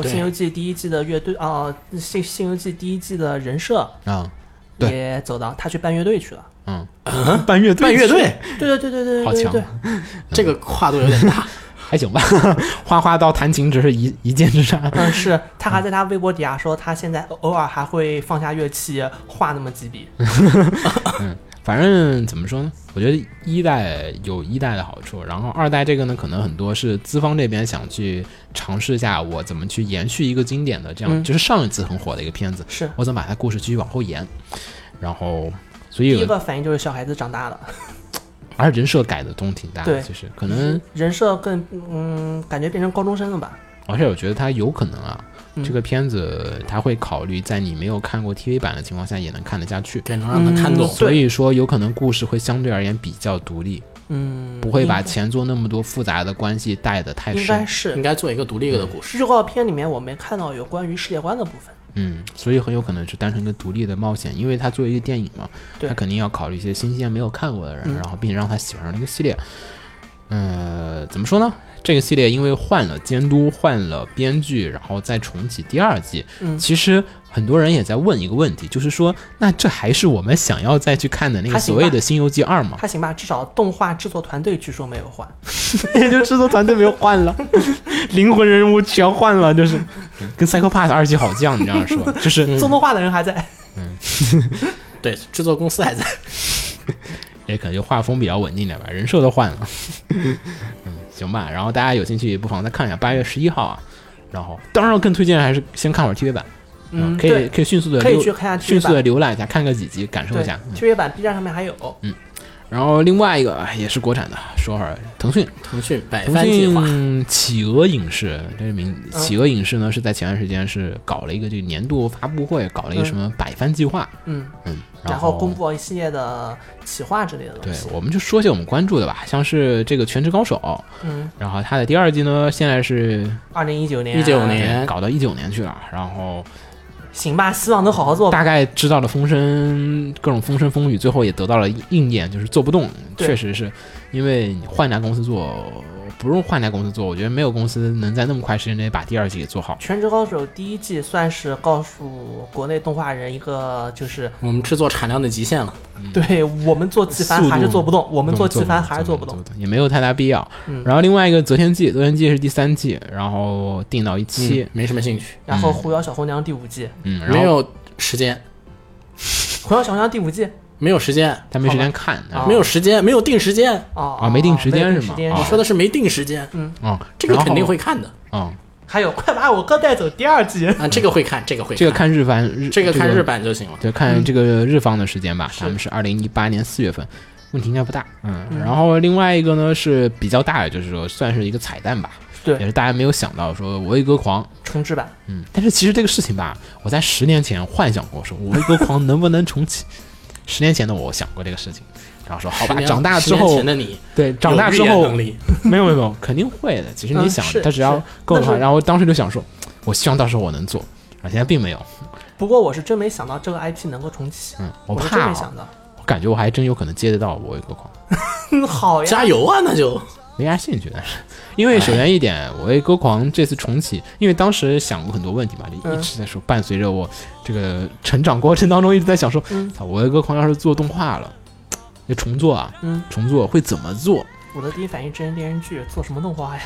S4: 嗯
S3: 《
S4: 对
S3: 新游记》第一季的乐队啊，《新新游记》第一季的人设
S2: 啊，对
S3: 也走到他去办乐队去了。
S2: 嗯，办乐队，
S4: 办乐队，
S3: 对对对对对
S2: 好
S3: 对对
S2: 强啊
S3: 对，
S4: 这个跨度有点大。
S2: 还行吧。 花花到弹琴只是一一箭之差。
S3: 嗯，是他还在他微博底下说，他现在偶尔还会放下乐器画那么几笔。
S2: 嗯反正怎么说呢，我觉得一代有一代的好处，然后二代这个呢，可能很多是资方这边想去尝试一下，我怎么去延续一个经典的这样，
S3: 嗯
S2: 就是上一次很火的一个片子，
S3: 是
S2: 我怎么把它故事继续往后延，然后所以
S3: 第一
S2: 有
S3: 个反应就是小孩子长大了，
S2: 而人设改的都挺大的，
S3: 对嗯
S2: 就是可能，
S3: 人设更嗯，感觉变成高中生了吧？
S2: 而且我觉得它有可能啊。
S3: 嗯
S2: 这个片子它会考虑在你没有看过 TV 版的情况下也能看得下去，
S4: 对，能让他看懂
S3: 嗯。
S2: 所以说有可能故事会相对而言比较独立，
S3: 嗯，
S2: 不会把
S3: 应该
S2: 前作那么多复杂的关系带得太
S3: 应该
S2: 深。
S4: 应
S3: 是
S4: 该做一个独立的故事。
S3: 预告片里面我没看到有关于世界观的部分。
S2: 嗯，所以很有可能是单纯一个独立的冒险，因为它作为一个电影嘛，
S3: 对
S2: 它肯定要考虑一些新鲜没有看过的人，
S3: 嗯
S2: 然后并且让他喜欢上这个系列。呃，怎么说呢？这个系列因为换了监督，换了编剧，然后再重启第二季，
S3: 嗯
S2: 其实很多人也在问一个问题，就是说，那这还是我们想要再去看的那个
S3: 还行
S2: 所
S3: 吧
S2: 谓的《新游记二》吗？
S3: 还行吧，至少动画制作团队据说没有换。
S2: 也 就制作团队没有换了，灵魂人物全换了，就是嗯跟《Psycho Pass》二季好像你这样 说，就是
S3: 做动画的人还在。
S2: 嗯
S4: 对，制作公司还在。
S2: 也可能就画风比较稳定点吧，人设都换 了。嗯，行吧。然后大家有兴趣也不妨再看一下，八月十一号啊。然后，当然我更推荐还是先看会儿 TV 版，
S3: 嗯，
S2: 可
S3: 对
S2: 以可以迅速的
S3: 可以去看一下 TV
S2: 迅速的浏览一下，看个几集，感受
S3: 对
S2: 一下。嗯
S3: ，TV 版 B 站上面还有。
S2: 然后另外一个哎也是国产的，说会儿腾讯，
S4: 腾讯
S3: 哎
S4: 百
S2: 腾
S4: 番计划，
S2: 讯企鹅影视，这是名
S3: 嗯
S2: 企鹅影视呢是在前段时间是搞了一个这个年度发布会，搞了一个什么百番计划，
S3: 嗯，
S2: 嗯，
S3: 然后公布了一系列的企划之类的东
S2: 对
S3: 西。，
S2: 我们就说些我们关注的吧，像是这个《全职高手》，
S3: 嗯，
S2: 然后它的第二季呢，现在是
S3: 二零一九年，
S4: 19
S2: 对
S4: 年
S2: 搞到一九年去了，然后
S3: 行吧，希望能好好做吧。
S2: 大概知道了风声，各种风声风雨，最后也得到了应验，就是做不动，
S3: 对
S2: 确实是因为你换家公司做，不用换家公司做，我觉得没有公司能在那么快时间内把第二季给做好。
S3: 《全职高手》第一季算是告诉国内动画人一个，就是
S4: 我们制作产量的极限了。
S3: 对我们做季番
S2: 嗯速度
S3: 还是做不动，我们做季番还是
S2: 做
S3: 做不动。，
S2: 也没有太大必要。
S3: 嗯
S2: 然后另外一个《择天记》，《择天记》是第三季，然后定到一期，
S4: 没什么兴趣，
S3: 然后《狐妖小红娘》第五季，
S2: 嗯，然
S4: 没
S2: 后
S4: 有时间，
S3: 《狐妖小红娘》第五季
S4: 没有时间，
S2: 他没时间看，
S3: 啊
S4: 没有时间，没有定时间。
S3: 哦
S2: 啊没定时间
S3: 没定
S2: 是吗
S3: 时间
S2: 啊
S4: 我说的是没定时间，
S2: 嗯，
S4: 这个
S2: 然后
S4: 肯定会看的
S2: 嗯，
S3: 还有《快把我哥带走》第二季，
S4: 啊，这个会看，这个会
S2: 这个看日番日
S4: 这个看日版就行了。
S2: 对，看这个日方的时间吧，
S3: 是
S2: 他们是二零一八年四月份，问题应该不大。嗯，然后另外一个呢是比较大的，就是说算是一个彩蛋吧，也
S3: 对，
S2: 是大家没有想到说《我为歌狂》，
S3: 重置版。
S2: 嗯，但是其实这个事情吧，我在十年前幻想过，说《我为歌狂》能不能重启？ 十年前的我想过这个事情，然后说好
S4: 十
S2: 吧，
S4: 年
S2: 长大
S4: 十
S2: 之
S4: 年
S2: 后
S4: 前，的你
S2: 对，长大之
S4: 有预
S2: 后
S4: 言能力
S2: 没有没有没有，肯定会的。其实你
S3: 嗯
S2: 想，
S3: 是
S2: 他只要
S3: 是
S2: 够的
S3: 但
S2: 话，
S3: 是
S2: 然后当时就想说，我希望到时候我能做，啊，现在并没有，
S3: 不过我是真没想到这个 IP 能够重启，
S2: 嗯，我
S3: 我是真
S2: 怕
S3: 没
S2: 啊
S3: 想到。
S2: 我感觉我还真有可能接得到《我为歌狂》。
S3: 嗯，好呀，
S4: 加油啊，那就
S2: 没啥兴趣，但是因为首先一点，我为歌狂这次重启，因为当时想过很多问题嘛，就一
S3: 嗯
S2: 直在说，伴随着我这个成长过程当中，一直在想说，
S3: 嗯
S2: 操，我为歌狂要是做动画了，要重做啊，
S3: 嗯
S2: 重做会怎么做？
S3: 我的第一反应真人电视剧做什么动画呀？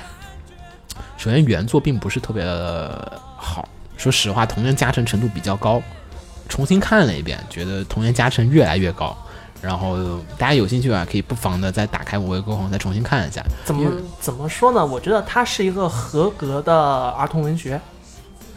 S2: 首先原作并不是特别的好，说实话，同人加成程度比较高。重新看了一遍，觉得同人加成越来越高。然后大家有兴趣啊，可以不妨的再打开《我为歌狂》再重新看一下。
S3: 怎么
S2: 因为
S3: 怎么说呢？我觉得它是一个合格的儿童文学，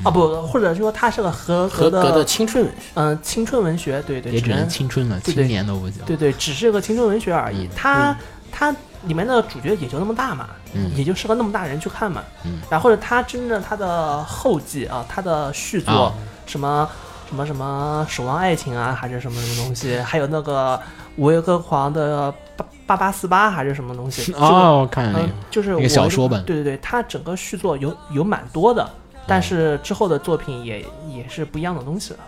S3: 啊不，或者说它是个合
S4: 合
S3: 格
S4: 格
S3: 的
S4: 的青春文学。
S3: 嗯青春文学，对对，
S2: 也只能
S3: 能
S2: 青嗯春了，
S3: 对
S2: 青年都不行。
S3: 对对，只是个青春文学而已。它它里面的主角也就那么大嘛，
S2: 嗯
S3: 也就适合那么大人去看嘛。
S2: 嗯
S3: 然后呢，它真正它的后记啊，它的续作、
S2: 啊
S3: 什么什么什么《守望爱情》啊，还是什么什么东西，还有那个《无畏歌狂》的八八八四八还是什么东 西，
S2: 哦，我看
S3: 就
S2: 了那
S3: 嗯
S2: 个，，
S3: 就是
S2: 一个
S3: 我
S2: 小说本嗯
S3: 对对对，它整个续作有有蛮多的。但是之后的作品也也是不一样的东西了，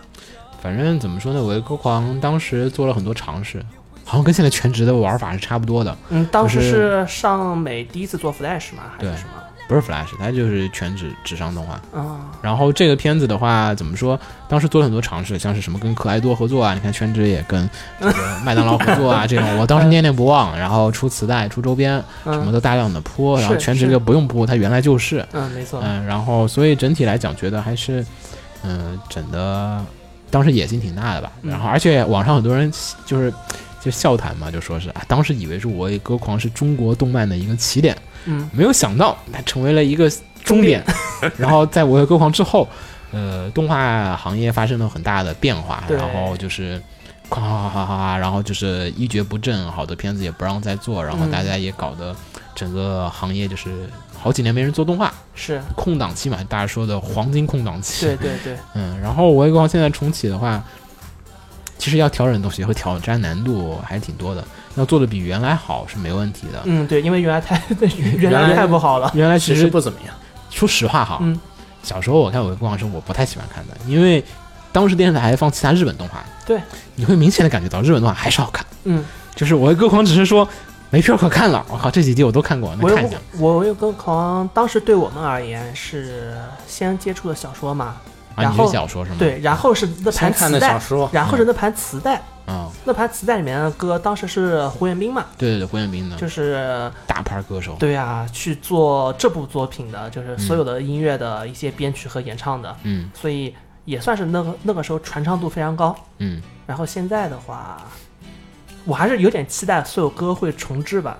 S2: 反正怎么说呢，维克狂当时做了很多尝试，好像跟现在全职的玩法是差不多的，
S3: 嗯，当时
S2: 就是
S3: 上美第一次做 Flash 嘛，还
S2: 对
S3: 是什么？嗯
S2: 不是 Flash，它就是全职纸上动画。
S3: 啊、
S2: 然后这个片子的话，怎么说？当时做了很多尝试，像是什么跟可爱多合作啊，你看全职也跟这个麦当劳合 作啊，这种我当时念念不忘。然后出磁带、出周边，什么
S3: 嗯
S2: 都大量的铺，
S3: 是
S2: 然后全职
S3: 是
S2: 就不用铺，它原来就是。
S3: 嗯，没错，
S2: 嗯，然后所以整体来讲，觉得还是，嗯，整的当时野心挺大的吧。
S3: 嗯
S2: 然后而且网上很多人就是就笑谈嘛，就说是啊，当时以为是《我也歌狂》是中国动漫的一个起点，
S3: 嗯，
S2: 没有想到它成为了一个终点。 然后在《我也歌狂》之后，呃，动画行业发生了很大的变化，
S3: 对
S2: 然后就是。哗哗哗哗哗，然后就是一蹶不振，好的片子也不让再做，然后
S3: 嗯
S2: 大家也搞得整个行业就是好几年没人做动画，
S3: 是
S2: 空档期嘛，大家说的黄金空档期。
S3: 对，对对，
S2: 嗯，然后《我也光现在重启的话，其实要调整的东西和挑战难度还是挺多的，要做的比原来好是没问题的。
S3: 嗯对，因为原来太 原
S4: 原
S3: 来
S4: 来
S3: 太不好了，
S2: 原来
S4: 其
S2: 其
S4: 实
S2: 实
S4: 不怎么样，
S2: 说实话哈，
S3: 嗯
S2: 小时候我看《我也光是我不太喜欢看的，因为当时电视台还放其他日本动画，
S3: 对，
S2: 你会明显的感觉到日本动画还是好看，
S3: 嗯，
S2: 就是《我也歌狂》只是说没片儿可看了。我靠，这几集我都看过，那
S3: 我
S2: 看一下
S3: 有。我有跟狂，当时对我们而言是先接触的小说嘛，
S2: 啊，
S3: 然
S2: 你是
S3: 后
S2: 小说是吗？
S3: 对，然后是那
S4: 先
S3: 盘
S4: 看
S3: 磁
S4: 的小
S3: 带，
S4: 说，
S3: 然
S2: 嗯
S3: 后是那盘磁带，
S2: 啊、
S3: 那盘磁带里面的歌当时是胡彦斌嘛，
S2: 对对对，胡彦斌的，
S3: 就是
S2: 大牌歌手。
S3: 对啊，去做这部作品的，就是所有的音乐的一些编曲和演唱的，
S2: 嗯
S3: 所以也算是那个那个时候传唱度非常高。
S2: 嗯，
S3: 然后现在的话，我还是有点期待所有歌会重置吧。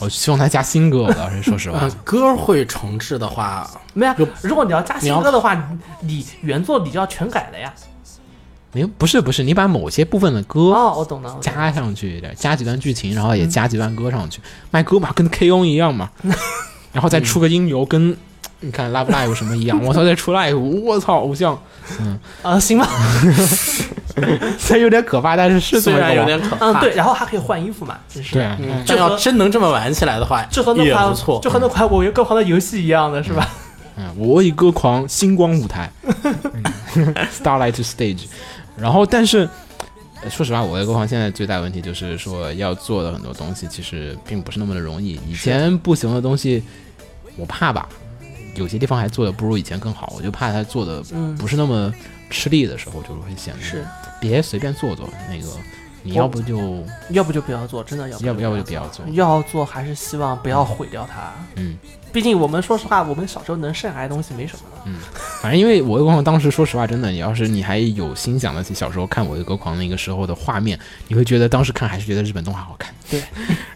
S2: 我哦希望他加新歌，我 倒是说实话
S4: 嗯，，歌会重置的话，
S3: 没有
S4: 有，
S3: 如果你要加新歌的话，你你原作你就要全改了呀。
S2: 没有，不是不是，你把某些部分的歌
S3: 哦，我懂了，我懂了
S2: 加上去一点，加几段剧情，然后也加几段歌上去，卖歌嘛，跟 KO 一样 嘛，然后再出个音游，跟你看 Love Live 什么一样，我操，再出 Live，我操，偶像，
S3: 啊，行吧，
S2: 虽然有点可怕，但是是这
S4: 虽
S2: 么
S4: 然
S2: 一个
S4: 有
S2: 玩
S4: 点可怕，
S3: 嗯，对，，然后还可以换衣服嘛，真是。
S2: 对啊，
S4: 嗯，
S3: 这
S4: 这
S3: 和
S4: 要真能这么玩起来的话，
S3: 这和那
S4: 也
S3: 款
S4: 不错，
S3: 就和那款我有歌狂的游戏一样的是吧？
S2: 嗯，我以歌狂星光舞台嗯，Starlight Stage，然后但是。呃说实话，我的歌狂现在最大的问题就是说，要做的很多东西其实并不是那么的容易。以前不行的东西，我怕吧，有些地方还做的不如以前更好，我就怕它做的
S3: 嗯
S2: 不是那么吃力的时候，就会显得
S3: 是，
S2: 别随便做做那个，你要不就
S3: 要不就不要做，真的要
S2: 要不
S3: 不
S2: 要不就不要做，
S3: 要做，还是希望不要毁掉它。
S2: 嗯，
S3: 毕竟我们说实话，我们小时候能剩下来的东西没什么了。
S2: 嗯反正因为《我的歌狂》当时，说实话，真的，你要是你还有心想得起小时候看《我的歌狂》那个时候的画面，你会觉得当时看还是觉得日本动画好看。
S3: 对，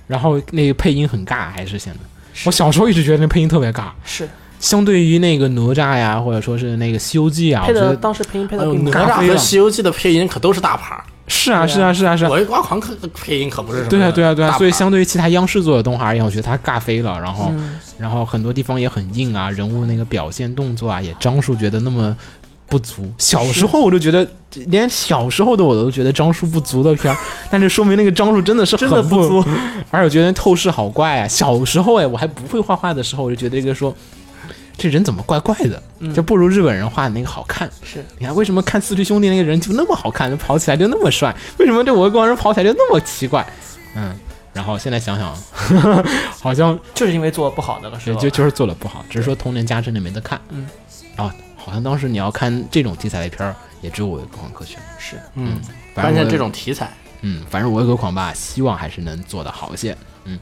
S2: 然后那个配音很尬，还是显得。我小时候一直觉得那配音特别尬，
S3: 是
S2: 相对于那个哪吒呀，或者说是那个《西游记》啊，
S3: 配
S2: 我觉
S3: 的，
S2: 得
S3: 当时配音配
S4: 哎
S3: 的
S4: 呦
S3: 并不
S4: 哪
S2: 尬
S3: 高
S4: 吒
S2: 飞
S4: 和
S2: 了
S4: 《西游记》的配音可都是大牌儿，
S2: 是啊，
S3: 对啊
S2: 是啊，是啊，是啊
S4: 我。一刮狂可配音可不是什么
S2: 对啊，对啊，对
S4: 大
S2: 啊，
S4: 牌
S2: 所以相对于其他央视做的动画而言，我觉得它尬飞了。然后，然后很多地方也很硬啊，人物那个表现动作啊，也张叔觉得那么不足。小时候我就觉得，连小时候的我都觉得张叔不足的 片儿，但是说明那个张叔真的是
S3: 真的
S2: 很
S3: 不足。
S2: 而且我觉得透视好怪啊！小时候哎，我还不会画画的时候，我就觉得这个说，这人怎么怪怪的，就不如日本人画的那个好看。
S3: 是
S2: 你哎看为什么看四驱兄弟那个人就那么好看，跑起来就那么帅？为什么这我光人跑起来就那么奇怪？嗯，然后现在想想， 好像
S3: 就是因为做的不好那个时
S2: 就
S3: 候，
S2: 就就是做的不好，只是说童年加深的没得看。
S3: 嗯，
S2: 啊，好像当时你要看这种题材的片儿，也只有我一个狂可选。
S3: 是
S4: 嗯，
S2: 反
S4: 关
S2: 正
S4: 键
S2: 我
S4: 这种题材，
S2: 嗯，反正我有个狂吧，希望还是能做得好一些。嗯，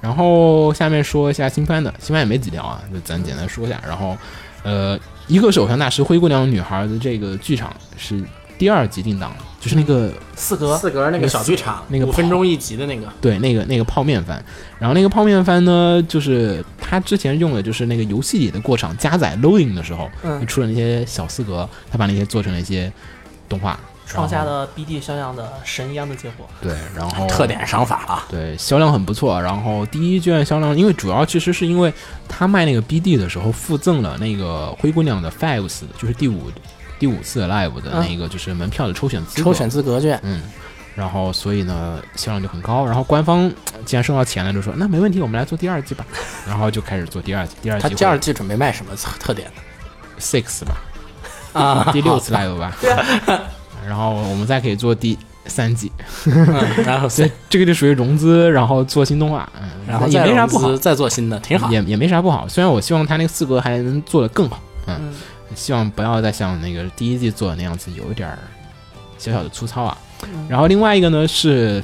S2: 然后下面说一下新番的，新番也没几条啊，就咱简单说一下。然后，呃，一个是《偶像大师灰姑娘与女孩》的这个剧场是第二集定档了，就是那个
S3: 四格
S4: 四格那个小剧场，
S2: 那个
S4: 五分钟一集的那个，
S2: 对那个那个泡面番。然后那个泡面番呢，就是它他之前用的就是那个游戏里的过场加载 loading 的时候，
S3: 嗯
S2: 就出了那些小四格，他把那些做成了一些动画，
S3: 创下
S2: 然后
S3: 了 BD 销量的神一样的结果。
S2: 对，然后
S4: 特点赏法啊了。
S2: 对，销量很不错。然后第一卷销量，因为主要其实是因为他卖那个 BD 的时候附赠了那个灰姑娘的 Fives，就是第五第五次 Live 的那个就是门票的抽选资格。
S4: 啊抽选资格券，
S2: 嗯，然后所以呢销量就很高。然后官方呃既然收到钱了，就说那没问题，我们来做第二 季吧。然后就开始做第二季，第二季
S4: 他
S2: 会
S4: 第二季准备卖什么特特点呢？
S2: six 吧，
S4: 啊，
S2: 第六次 live 吧。 然后我们再可以做第三季，
S4: 嗯然后
S2: 所以 这个就属于融资，然后做新动画，嗯，
S4: 然后
S2: 也
S4: 再
S2: 没啥
S4: 融
S2: 不好
S4: 资，再做新的，挺好。
S2: 也也没啥不好。虽然我希望他那个四格还能做得更好，嗯，
S3: 嗯，
S2: 希望不要再像那个第一季做的那样子，有一点儿小小的粗糙啊。
S4: 嗯
S2: 然后另外一个呢是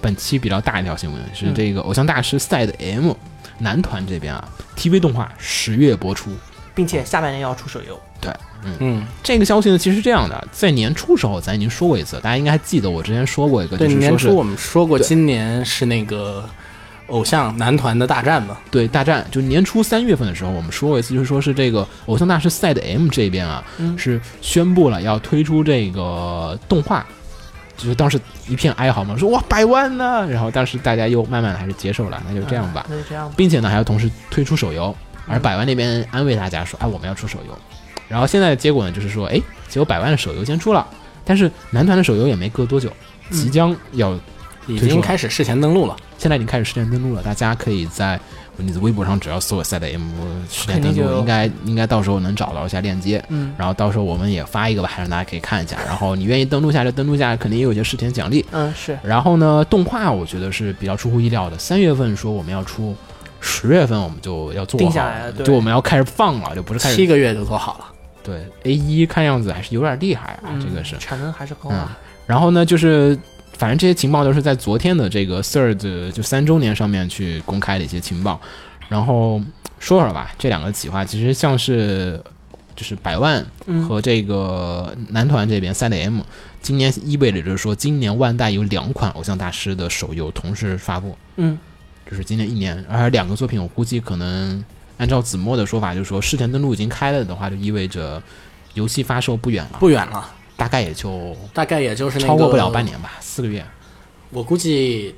S2: 本期比较大一条新闻，是
S4: 嗯
S2: 这个《偶像大师赛》的 M 男团这边啊，TV 动画十月播出。
S3: 并且下半年要出手游，
S2: 对，嗯，
S4: 嗯，
S2: 这个消息呢，其实是这样的，在年初时候咱已经说过一次，大家应该还记得我之前说过一个，就
S4: 对，
S2: 是说
S4: 年初我
S2: 是
S4: 们说过，
S2: 对
S4: 今年是那个偶像男团的大战嘛，
S2: 对大战，就年初三月份的时候，我们说过一次，就是说是这个《偶像大师赛》的 M 这边啊，是宣布了要推出这个动画，就是当时一片哀嚎嘛，说哇百万呢、然后当时大家又慢慢的还是接受了，那就这样吧，
S3: 嗯那就这样吧。
S2: 并且呢还要同时推出手游，而百万那边安慰大家说，哎，我们要出手游。然后现在的结果呢，就是说，哎，结果百万的手游先出了，但是男团的手游也没隔多久，即将要
S4: 已
S2: 推出
S4: 经
S2: 了
S4: 开始事前登录了。
S2: 现在已经开始实践登录了，大家可以在你的微博上只要搜“赛的 M” 实践登
S3: 肯定就
S2: 录，
S3: 有
S2: 应该应该到时候能找到一下链接。
S3: 嗯
S2: 然后到时候我们也发一个吧，还让大家可以看一下。然后你愿意登录下就登录下，肯定也有一些事前奖励。
S3: 嗯，是
S2: 然后呢，动画我觉得是比较出乎意料的，三月份说我们要出，十月份我们就要做
S3: 定
S2: 好
S3: 下来了对
S2: 就我们要开始放了，就不是开
S4: 七
S2: 始
S4: 个月就做好了，
S2: 对 A 一看样子还是有点厉害啊，这个是
S3: 嗯产能还是高
S2: 嗯
S3: 啊。，
S2: 然后呢，就是反正这些情报都是在昨天的这个 Third 就三周年上面去公开的一些情报。然后说说吧，这两个企划其实像是就是百万和这个男团这边三 D M，、今年意味着就是说，今年万代有两款偶像大师的手游同时发布，
S3: 嗯，
S2: 就是今年一年，而两个作品我估计可能按照子墨的说法，就是说事前登录已经开了的话，就意味着游戏发售不远了，
S4: 不远了，
S2: 大概也就
S4: 大概也就是那个
S2: 超过不了半。年吧，四个月。
S4: 我估计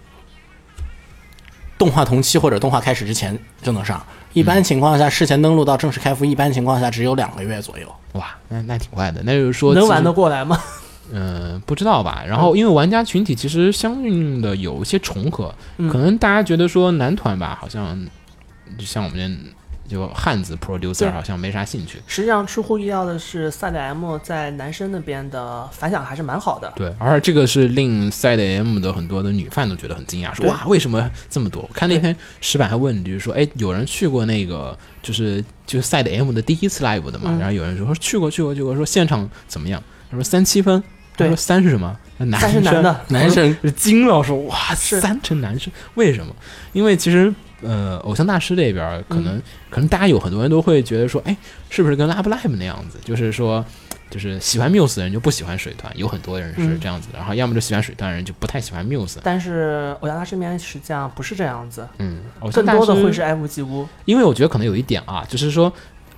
S4: 动画同期或者动画开始之前就能上。一般情况下，事前登录到正式开服，一般情况下只有两个月左右。
S2: 哇，那那挺快的，那就是说
S3: 能玩得
S2: 的，
S3: 过来吗？
S2: 嗯、不知道吧？然后因为玩家群体其实相应的有一些重合，可能大家觉得说男团吧，好像就像我们这就汉字 producer
S3: 对
S2: 好像没啥兴趣，
S3: 实际上出乎意料的是，赛的 M 在男生那边的反响还是蛮好的。
S2: 对，而这个是令 Side M 的很多的女饭都觉得很惊讶，说
S3: 对
S2: 哇，为什么这么多？我看那天石板还问，就是说，哎，有人去过那个就是就是 Side M 的第一次 live 的嘛？
S3: 嗯
S2: 然后有人说说去过去过去过，说现场怎么样？他说三七分，他
S3: 对
S2: 说三是什么？男
S3: 三是男
S2: 生
S3: 的，
S4: 男生
S2: 就惊了，说哇，
S3: 是
S2: 三成男生，为什么？因为其实呃，偶像大师这边儿可
S3: 嗯
S2: 能、可能大家有很多人都会觉得说，哎，是不是跟 Love Live 那样子？就是说，就是喜欢 Muse 的人就不喜欢水团，有很多人是
S3: 嗯
S2: 这样子的，然后要么就喜欢水团的人就不太喜欢 Muse。
S3: 但是偶像大师面实际上不是这样子，
S2: 嗯，偶像
S3: 更
S2: 大师
S3: 多的会是爱屋及乌。
S2: 因为我觉得可能有一点啊，就是说。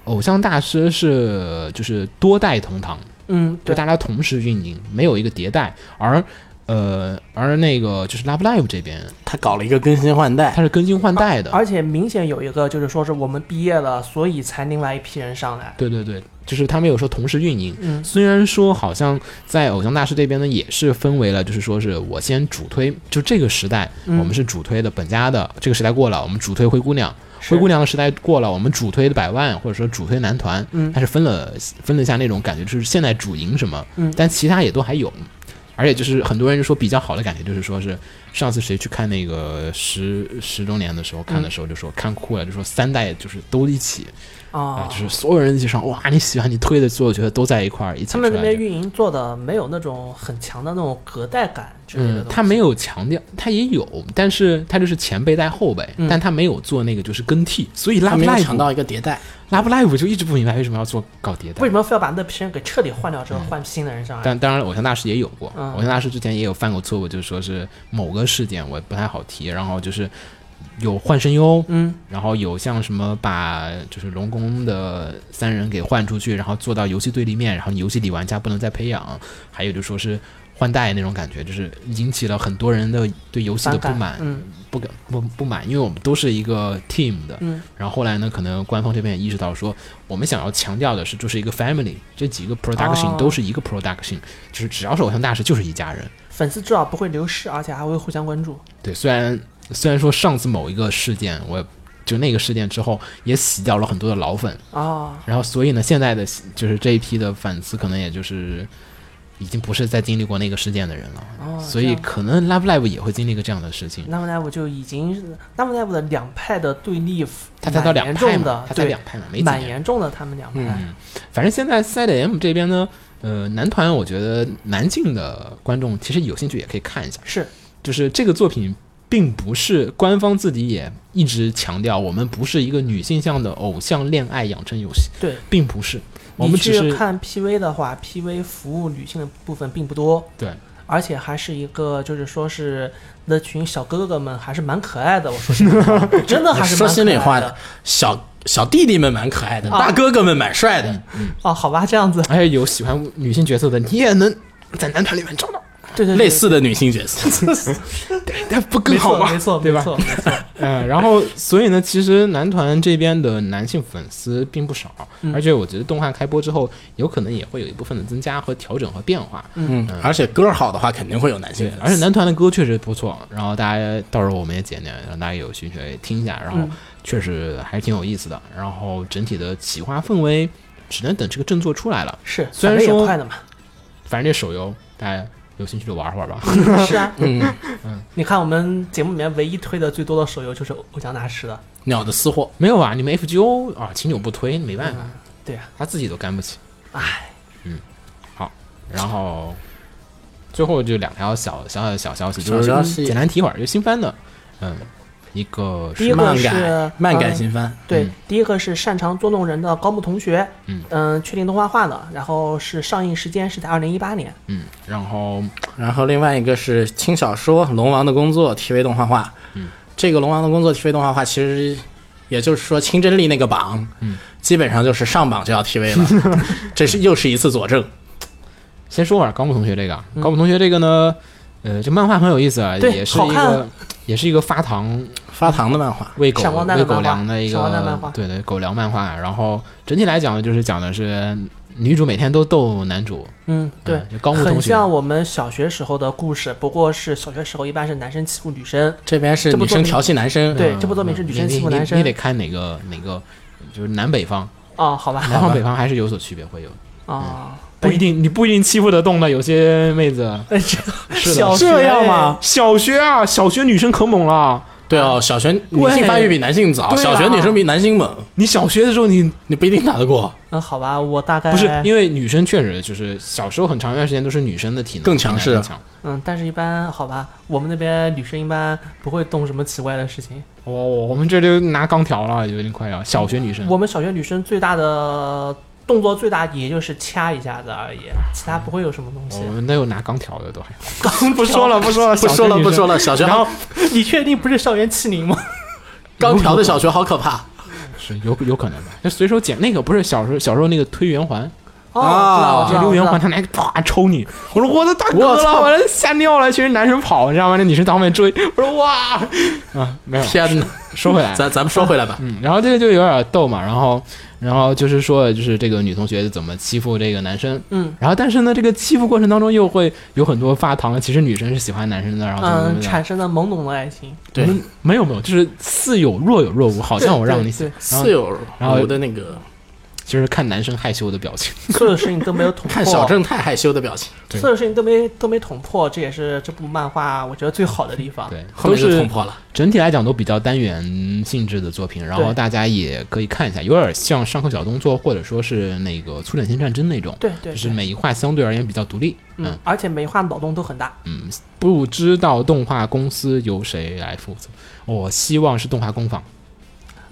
S2: 偶像大师是就是多代同堂，
S3: 嗯，
S2: 就
S3: 对，
S2: 大家同时运营，没有一个迭代。而呃，而那个就是 Love Live 这边，
S4: 他搞了一个更新换代，
S2: 它是更新换代的，
S3: 而且明显有一个就是说是我们毕业了，所以才另外一批人上来。
S2: 对对对，就是他们有时候同时运营。
S3: 嗯
S2: 虽然说好像在偶像大师这边呢，也是分为了，就是说是我先主推，就这个时代
S3: 嗯
S2: 我们是主推的本家的，这个时代过了，我们主推灰姑娘，
S3: 是
S2: 灰姑娘的时代过了，我们主推的百万或者说主推男团，
S3: 嗯
S2: 它是分了分了一下那种感觉，就是现在主营什么，
S3: 嗯
S2: 但其他也都还有。而且就是很多人就说比较好的感觉，就是说是上次谁去看那个十十周年的时候看的时候，就说看哭了，就说三代就是都一起，啊，
S3: 啊
S2: 就，是所有人一起上，哇，你喜欢你推的所有角色都在一块儿一起
S3: 他
S2: 出来
S3: 们那边
S2: 的。
S3: 运营做的没有那种很强的那种隔代感之类的
S2: 嗯
S3: 东，西。
S2: 他没有强调，他也有，但是他就是前辈带后辈，
S3: 嗯
S2: 但他没有做那个就是更替，所以
S4: 他
S2: Love
S4: 没有抢到
S2: Live
S4: 一个迭代。
S2: Love Live 就一直不明白为什么要做搞迭代
S3: 为。什么非要把那批人给彻底换掉之后换新的人上来？
S2: 嗯但当然，偶像大师也有过，
S3: 嗯
S2: 偶像大师之前也有犯过错误，就是说是某个事件我不太好提，然后就是有换声优，
S3: 嗯，
S2: 然后有像什么把就是龙宫的三人给换出去，然后做到游戏对立面，然后你游戏里玩家不能再培养，还有就说是换代那种感觉，就是引起了很多人的对游戏的
S3: 反
S2: 不
S3: 感
S2: 满，
S3: 嗯
S2: 不敢不不满，因为我们都是一个 team 的。
S3: 嗯
S2: 然后后来呢，可能官方这边也意识到说，我们想要强调的是，就是一个 family，这几个 production
S3: 哦
S2: 都是一个 production，、就是只要是偶像大师就是一家人。
S3: 粉丝至少不会流失，而且还会互相关注。
S2: 对，虽然虽然说上次某一个事件，我就那个事件之后也洗掉了很多的老粉，
S3: 哦，
S2: 然后所以呢，现在的就是这一批的粉丝可能也就是已经不是在经历过那个事件的人了，
S3: 哦
S2: 所
S3: 这
S2: 以
S3: 样
S2: 可能 Love Live 也会经历一个这样的事情。
S3: 那么 Live 就已经是 Love Live 的两派的对立，
S2: 他才到两
S3: 蛮
S2: 派
S3: 严重
S2: 嘛
S3: 的，，
S2: 他才
S3: 对，
S2: 两派嘛，没几
S3: 蛮
S2: 年。
S3: 严重的，他们两派。
S4: 嗯
S2: 反正现在 CDM 这边呢，呃，男团我觉得男性的观众其实有兴趣也可以看一下，
S3: 是，
S2: 就是这个作品并不是官方自己也一直强调，我们不是一个女性向的偶像恋爱养成游戏，
S3: 对，
S2: 并不是，我们
S3: 你
S2: 只
S3: 去
S2: 是
S3: 看 PV 的话，PV 服务女性的部分并不多，
S2: 对
S3: 而且还是一个就是说是那群小哥哥们还是蛮可爱的。我说心里话，真的还啊是
S4: 说
S3: 蛮可爱
S4: 心里话
S3: 的。，
S4: 小小弟弟们蛮可爱的，
S3: 啊
S4: 大哥哥们蛮帅的。
S3: 哦，好吧，这样子，
S2: 还有有喜欢女性角色的，你也能在男团里面找到，
S3: 对对对，
S4: 类似的女性角色，
S2: 但不更
S3: 没
S2: 好
S3: 错，
S2: 吗？
S3: 没错，
S2: 对吧
S3: 没？错，没错
S2: 呃，然后所以呢，其实男团这边的男性粉丝并不少，
S3: 嗯
S2: 而且我觉得动画开播之后，有可能也会有一部分的增加和调整和变化。
S4: 嗯，而且歌好的话肯定会有男性
S2: 对
S3: 嗯
S4: 粉，丝。
S2: 而且男团的歌确实不错，然后大家到时候我们也剪点，让大家有兴趣也听一下，然后
S3: 嗯
S2: 确实还挺有意思的。然后整体的企划氛围，只能等这个正作出来了。
S3: 是，
S2: 虽然
S3: 反正
S2: 说
S3: 也快的嘛，
S2: 反正这手游大家有兴趣就玩会儿吧。
S3: 是啊，
S4: 嗯，
S3: 你看我们节目里面唯一推的最多的手游就是《偶像大师》了，
S4: 鸟的私货，
S2: 没有啊，你们 FGO 啊，秦九不推，没办法，
S3: 对啊，
S2: 他自己都干不起。嗯
S3: 唉，
S2: 然后最后就两条小小小小消息，就
S4: 小消
S2: 是
S4: 息
S2: 简单提会儿，就新番的，嗯，一个
S3: 第一
S2: 是
S3: 个
S4: 漫
S3: 是
S4: 改漫改
S3: 嗯
S4: 新番，
S3: 对，
S2: 嗯
S3: 第一个是擅长捉弄人的高木同学，
S2: 嗯
S3: 确定动画化了，然后是上映时间是在二零一八年，
S2: 嗯，然后
S4: 然后另外一个是轻小说《龙王的工作》TV 动画化。
S2: 嗯，
S4: 这个《龙王的工作》TV 动画化其实也就是说清真力那个榜，
S2: 嗯，
S4: 基本上就是上榜就要 TV 了，这是又是一次佐证。
S2: 先说会儿高木同学这个啊，高木同学这个呢，呃，这漫画很有意思啊，
S3: 嗯对
S2: 也是
S3: 好
S2: 一
S3: 看啊
S2: 个也是一个发糖
S4: 发糖的漫画，
S2: 喂狗
S3: 闪光弹
S2: 喂
S3: 的
S2: 狗
S3: 漫画
S2: 粮的一
S3: 闪光弹漫
S2: 个
S3: 画
S2: 对对狗粮漫画，啊然后整体来讲就是讲的是女主每天都逗男主，
S3: 嗯，对。
S2: 嗯就高木同
S3: 很
S2: 学。
S3: 像我们小学时候的故事，不过是小学时候一般是男生欺负女生，
S4: 这边是
S3: 这部
S4: 女
S3: 作
S4: 生
S3: 品
S4: 调戏男生，
S3: 对这部作品是女
S2: 嗯
S3: 生
S2: 你
S3: 欺负
S2: 你
S3: 男生
S2: 你得看哪个哪个，就是南北方，
S3: 啊、好吧，
S2: 南方北方还是有所区别，会有
S3: 啊，
S2: 不一定，你不一定欺负得动的，有些妹子 是
S3: 哎小
S2: 的。
S3: 学
S4: 这样吗？
S2: 小学啊，小学女生可猛了。
S4: 对哦，小学女性发育比男性早，
S2: 对啊
S4: 小学女生比男性猛，
S2: 你小学的时候你，哎
S4: 你不一定打得过。
S3: 嗯，好吧，我大概
S2: 不是因为女生确实就是小时候很长一段时间都是女生的体能
S4: 更强势啊
S2: 更强。
S3: 嗯，但是一般好吧，我们那边女生一般不会动什么奇怪的事情。
S2: 我、我们这就拿钢条了，有点快要小学女生。
S3: 我们小学女生最大的动作最大也就是掐一下子而已，其他不会有什么东西
S2: 我。们都有拿钢条的都还。 不说了不说了
S4: 不说了不说
S2: 了。
S4: 了，小学
S2: 然后
S4: 好
S3: 你确定不是校园欺凌吗？
S4: 刚调的小学好可怕。
S2: 是有有可能吧？就随手捡那个不是小时候小时候那个推圆环，
S3: 哦，
S4: 啊
S3: 知道我知
S2: 就
S3: 道，
S2: 溜
S3: 我
S2: 圆
S3: 知
S2: 环，他
S3: 道。
S2: 拿啪抽你，我说我的大哥
S4: 我
S2: 了，
S4: 操
S2: 完了吓尿了，全是男生跑，你知道吗？那女生在后面追，我说哇啊没有。
S4: 天哪，
S2: 说回来，
S4: 咱咱们说回来吧，
S2: 嗯，然后这个就有点逗嘛，然后，然后就是说，就是这个女同学怎么欺负这个男生，
S3: 嗯，
S2: 然后但是呢，这个欺负过程当中又会有很多发糖，其实女生是喜欢男生的，然后怎么怎
S3: 嗯，
S2: 么样
S3: 产生了懵懂的爱情。
S4: 对
S2: 没没有没有，就是似有若有若无，好像我让你喜
S3: 对，
S2: 然后
S4: 四有
S2: 然后
S4: 我的那个
S2: 就是看男生害羞的表情，
S3: 所有事情都没有捅破，
S4: 看小正太害羞的表情，
S2: 对
S3: 所有事情都没都没捅破，这也是这部漫画我觉得最好的地方。
S2: 对，
S4: 后
S2: 都
S4: 面就是捅破了。
S2: 整体来讲都比较单元性质的作品，然后
S3: 对
S2: 大家也可以看一下，有点像上课小动作或者说是那个粗点新战争那种，
S3: 对对，
S2: 就是
S3: 对
S2: 每一话相对而言比较独立，嗯
S3: 嗯，而且美化脑洞都很大。
S2: 不知道动画公司由谁来负责，我希望是动画工坊。嗯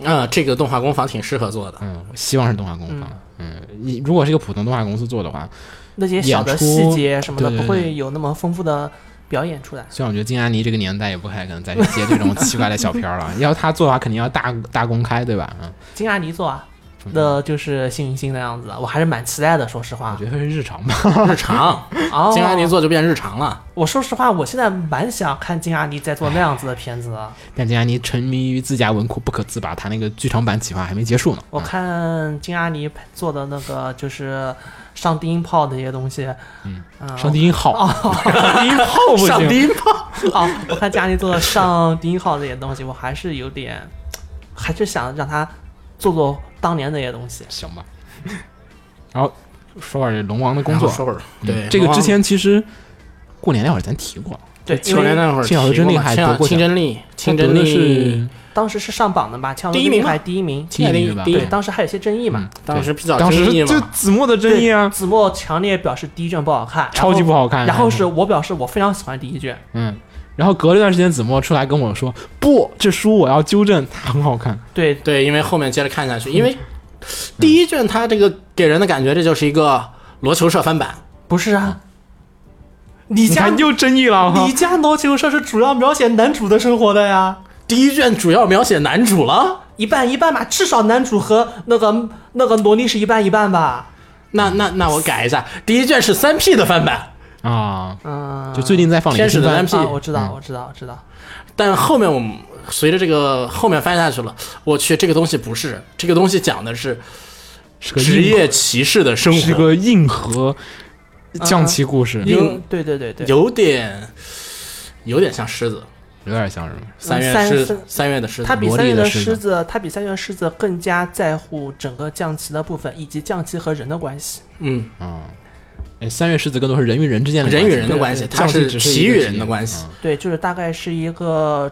S4: 啊，这个动画工坊挺适合做 的。
S2: 嗯，我希望是动画工坊。嗯，你如果是一个普通动画公司做的话，
S3: 那些小的
S2: 演出
S3: 细节什么的
S2: 对对
S3: 不
S2: 对
S3: 会有那么丰富的表演出来。
S2: 虽然我觉得金安妮这个年代也不太可能再去接这种奇怪的小片儿了， 要她做的话，肯定要大大公开，对吧？嗯，
S3: 金阿尼做啊，那就是幸运星那样子，我还是蛮期待的。说实
S2: 我
S3: 话
S2: 觉，得会是日常吧。
S4: 日常，
S3: 哦，
S4: 金安妮做就变日常了。
S3: 我说实话，我现在蛮想看金阿尼在做那样子的片子的。
S2: 但金安妮沉迷于自家文库不可自拔，她那个剧场版企划还没结束呢。啊
S3: 我看金阿尼做的那个就是上低音炮那些东西，
S2: 嗯上帝音号，上 帝音号不
S4: 上
S2: 行。
S4: 帝炮，
S3: 哦，我看家里做的上低音号这些东西，我还是有点，还是想让他做做当年那些东西。
S2: 行吧。然后说会儿龙王的工作，嗯
S4: 说会儿，对
S2: 这个之前其实过年那会儿咱提过，
S3: 对，因
S4: 去年
S3: 为
S4: 那会儿
S2: 庆小
S4: 提
S2: 真
S4: 过
S2: 厉
S4: 嘛
S2: 害
S4: 庆
S2: 夺过
S4: 庆
S2: 奖
S4: 真力，庆
S2: 他得
S4: 真
S2: 的
S4: 力
S2: 是
S3: 当时是上榜的吧，《枪
S4: 第一名吧
S3: 还第一名。
S2: 第一名吧？嗯
S4: 第一
S3: 对，嗯当时还有些争议嘛。
S4: 当时比较
S2: 当时
S4: 争议
S2: 就
S4: 嘛，
S2: 子墨的争议啊，
S3: 子墨强烈表示第一卷不好看，
S2: 超级不
S3: 好
S2: 好看。
S3: 然后是我表示我非常喜欢第一卷，
S2: 嗯，然后隔了一段时间，子墨出来跟我说：“不，这书我要纠正，它很好看。
S3: 对，
S4: 对，因为后面接着看下去，因
S2: 嗯
S4: 为第一卷它这个给人的感觉，这就是一个罗球社翻版，
S3: 不是啊，你
S2: 你
S3: 家
S2: 看又争议了哈
S3: 你。家挪球社是主要描写男主的生活的呀，
S4: 第一卷主要描写男主了。
S3: 一半一半吧，至少男主和那个那个萝莉是一半一半吧。
S4: 那那那我改一下，第一卷是三 P 的翻版，
S2: 啊，
S3: 嗯，
S2: 就最近在放《
S4: 天使的嗯
S2: 男
S4: 蓝》，
S3: 啊，我知道，我知道，我知道。
S4: 但后面我们随着这个后面翻下去了，我去，这个东西不是，这个东西讲的是
S2: 是个
S4: 职
S2: 硬
S4: 业骑士的生
S2: 是
S4: 活，
S2: 个硬核象棋故事，
S4: 有
S3: 嗯，对对对对，
S4: 有点有点像狮子，
S2: 有点像什么？
S4: 三月
S3: 三
S4: 狮
S3: 三
S4: 三月的狮子，
S3: 他比
S2: 萝
S3: 三
S2: 莉
S3: 月
S2: 的
S3: 的
S2: 狮子
S3: 狮子，他比三月的狮子更加在乎整个降旗的部分，以及降旗和人的关系。
S4: 嗯，
S2: 哎，三月狮子更多是人与人之间的
S4: 人与人的
S2: 关
S4: 关
S2: 系
S4: 系，
S2: 对
S4: 它
S2: 象棋只是
S4: 棋
S2: 一个
S4: 与
S2: 职
S4: 人
S2: 业嗯
S4: 的关系，
S3: 对，就是大概是一个，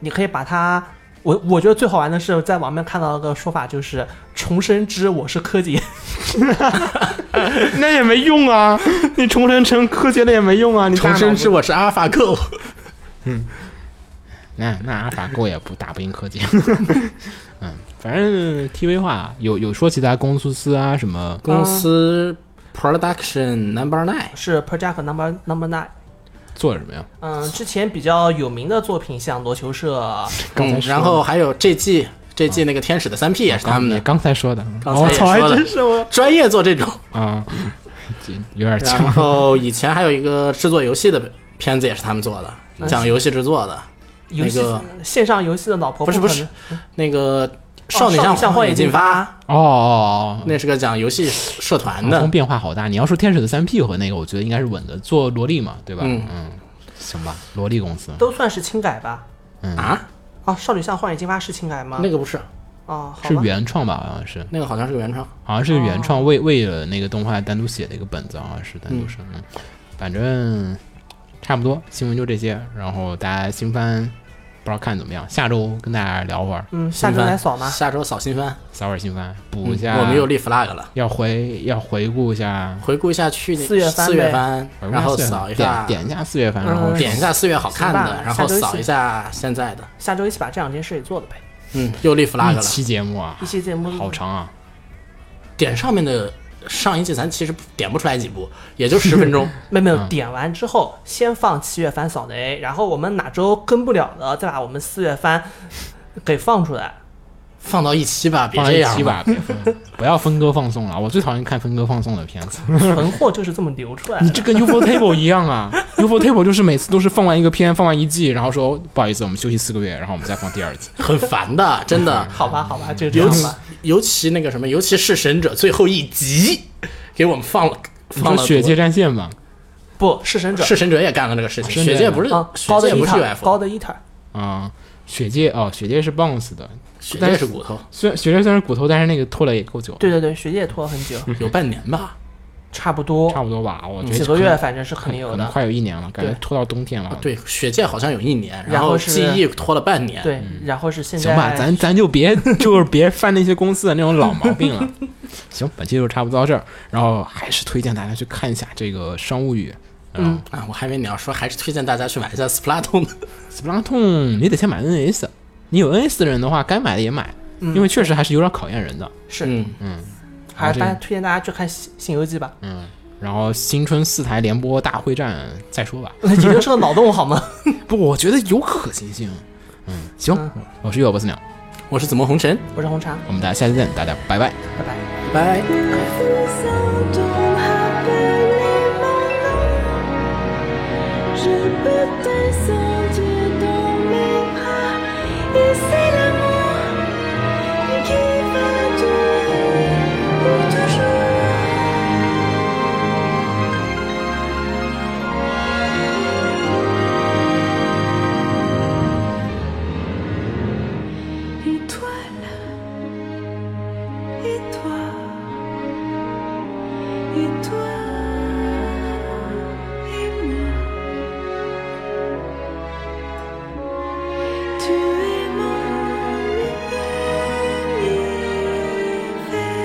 S3: 你可以把它，我我觉得最好玩的是在网面看到一个说法，就是重生之我是柯洁，
S2: 那也没用啊！你重生成科学的也没用啊！你
S4: 重生之我是阿尔法狗，
S2: 那哎那阿尔法狗也不打不赢柯洁。 嗯，反正 TV 化有有说其他公司啊什么，
S4: 公司嗯 Production Number Nine，
S3: 是 Project Number Number Nine。
S2: 做了什么呀？
S3: 嗯，之前比较有名的作品像《罗球社》，
S2: 刚才
S4: 嗯
S2: 说
S4: 然后还有这季这季那个天使的三 P 也是他们
S2: 也
S4: 的，
S2: 刚才说的，
S4: 刚才
S2: 我
S4: 也
S2: 操，还
S4: 说了
S2: 哦真是我
S4: 专业做这种。
S2: 啊， 这有点哦
S4: 然
S2: 强。
S4: 后以前还有一个制作游戏的片子也是他们做的，讲游戏制作的，
S3: 游戏、
S4: 那个
S3: 线上游戏的老
S2: 哦
S3: 婆
S4: 不是
S3: 可
S4: 不是
S3: 能
S4: 那个《少女
S3: 少女
S4: 向
S3: 向
S4: 荒
S3: 荒
S4: 野
S3: 野
S4: 进
S3: 进
S4: 发》
S2: 哦哦哦，
S4: 啊那是个讲游戏社团
S2: 画风
S4: 的，
S2: 变化好大。你要说天使的三 P 和那个，我觉得应该是稳的，做萝莉嘛，对吧？
S4: 嗯
S2: 嗯，行吧，萝莉公司。
S3: 都算是轻改吧。
S2: 嗯
S4: 啊，
S3: 啊，少女像《幻影金发》是轻改吗？
S4: 那个不是，
S3: 哦，好
S2: 是
S3: 吧，
S2: 原创吧，好像是，
S4: 那个好像是个原创。
S2: 好像是原创为为了那个动画单独写的一个本子，好像是单独
S4: 嗯
S2: 生，嗯，反正差不多，新闻就这些，然后大家新番不知道看怎么样，下周跟大家聊会儿，
S3: 嗯，下周
S4: 新番
S3: 来扫嘛。
S4: 下周扫新番，
S2: 扫会儿新番，补一下，
S4: 嗯我们又立 flag 了。
S2: 要回要回顾一下，
S4: 回顾一下去年
S3: 四月番呗
S4: 四月番，
S2: 回顾一下
S4: 然后
S2: 四月
S4: 扫一
S2: 点
S4: 下，
S2: 点一下四月番，然后
S3: 嗯
S4: 点一下四月好看
S3: 行
S4: 的
S3: 吧，
S4: 然后
S3: 下周一起
S4: 扫一下现在的。
S3: 下周一起把这两件事给做了呗。
S4: 嗯，又立 flag
S2: 一
S4: 了。
S2: 期节目啊
S3: 一，期节目
S2: 好长啊，
S4: 点上面的上一季咱其实点不出来几部，也就十分钟。
S3: 没有没有，
S2: 嗯
S3: 点完之后先放七月番扫雷，然后我们哪周跟不了了，再把我们四月番给放出来。
S4: 放到一期吧，别
S2: 放
S4: 这
S2: 一
S4: 样
S2: 期
S4: 了。
S2: 吧，别分 不要分割放送了，我最讨厌看分割放送的片子。
S3: 存货就是这么流出来
S2: 你
S3: 的。
S2: 这跟 UFO Table 一样啊 ，UFO Table 就是每次都是放完一个片，放完一季，然后说哦不好意思，我们休息四个月，然后我们再放第二季。
S4: 很烦 的，真的。
S3: 好吧，好吧，
S2: 嗯
S3: 就这
S4: 尤
S3: 样
S4: 其
S3: 吧。
S4: 尤其那个什么，尤其是《神者》最后一集，给我们放了
S2: 你
S4: 放
S2: 说
S4: 了
S2: 《血界
S4: 多。
S2: 战线》吧，
S3: 不，弑神者
S4: 是神者也干了这个事情，
S2: 神者
S4: 血界不是
S3: 啊，
S4: 血
S3: 高的
S4: 界
S3: 伊
S4: 不是
S3: 塔尔，高
S4: UFO，
S3: 的伊塔尔，
S2: 啊、血界哦，血界是 Bounce 的，
S4: 血
S2: 但
S4: 界
S2: 是
S4: 是骨头，
S2: 虽然血界虽然是骨头，但是那个拖了也够久，
S3: 对对对，学姐也拖了很久，
S4: 有半年吧，
S3: 差不多
S2: 嗯差不多吧，我觉得
S3: 几个月，反正是肯定有
S2: 可能
S3: 的。
S2: 快有一年了，感觉
S3: 对
S2: 拖到冬天了。
S4: 啊，，对，血界好像有一年，
S3: 然后
S4: 后
S3: 是
S4: 记忆拖了半年，，
S3: 对，然后是现
S2: 嗯行吧，
S3: 在
S2: 咱咱就别就是别犯那些公司的那种老毛病了。行，本期就差不多到这儿，然后还是推荐大家去看一下这个《商务语》。嗯
S4: 啊，我还以为你要说还是推荐大家去买一下 Splatoon，
S2: ，Splatoon 你得先买 NS，你有 NS 的人的话，该买的也买，因为确实还是有点考验人的。
S3: 是，
S4: 嗯，
S3: 还
S2: 这
S3: 是
S2: 个
S3: 大家推荐大家去看《新新游记》吧。
S2: 嗯，然后新春四台联播大会战再说吧。
S3: 已经是个脑洞好吗？
S2: 不，我觉得有可行性。嗯，行，我是月波斯鸟，
S4: 我是紫陌红尘，
S3: 我是红茶，
S2: 我们大家下期见，大家拜拜。
S3: 拜拜。
S4: 拜拜。
S6: don't happen in my life. Je peux te sentir dans mes bras et c'est l'amour qui va durer pour toujours. Étoile, étoile. Et toi et moi, tu es mon univers.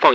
S7: 放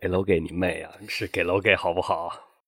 S1: 给楼给你妹啊！是给楼给好不好？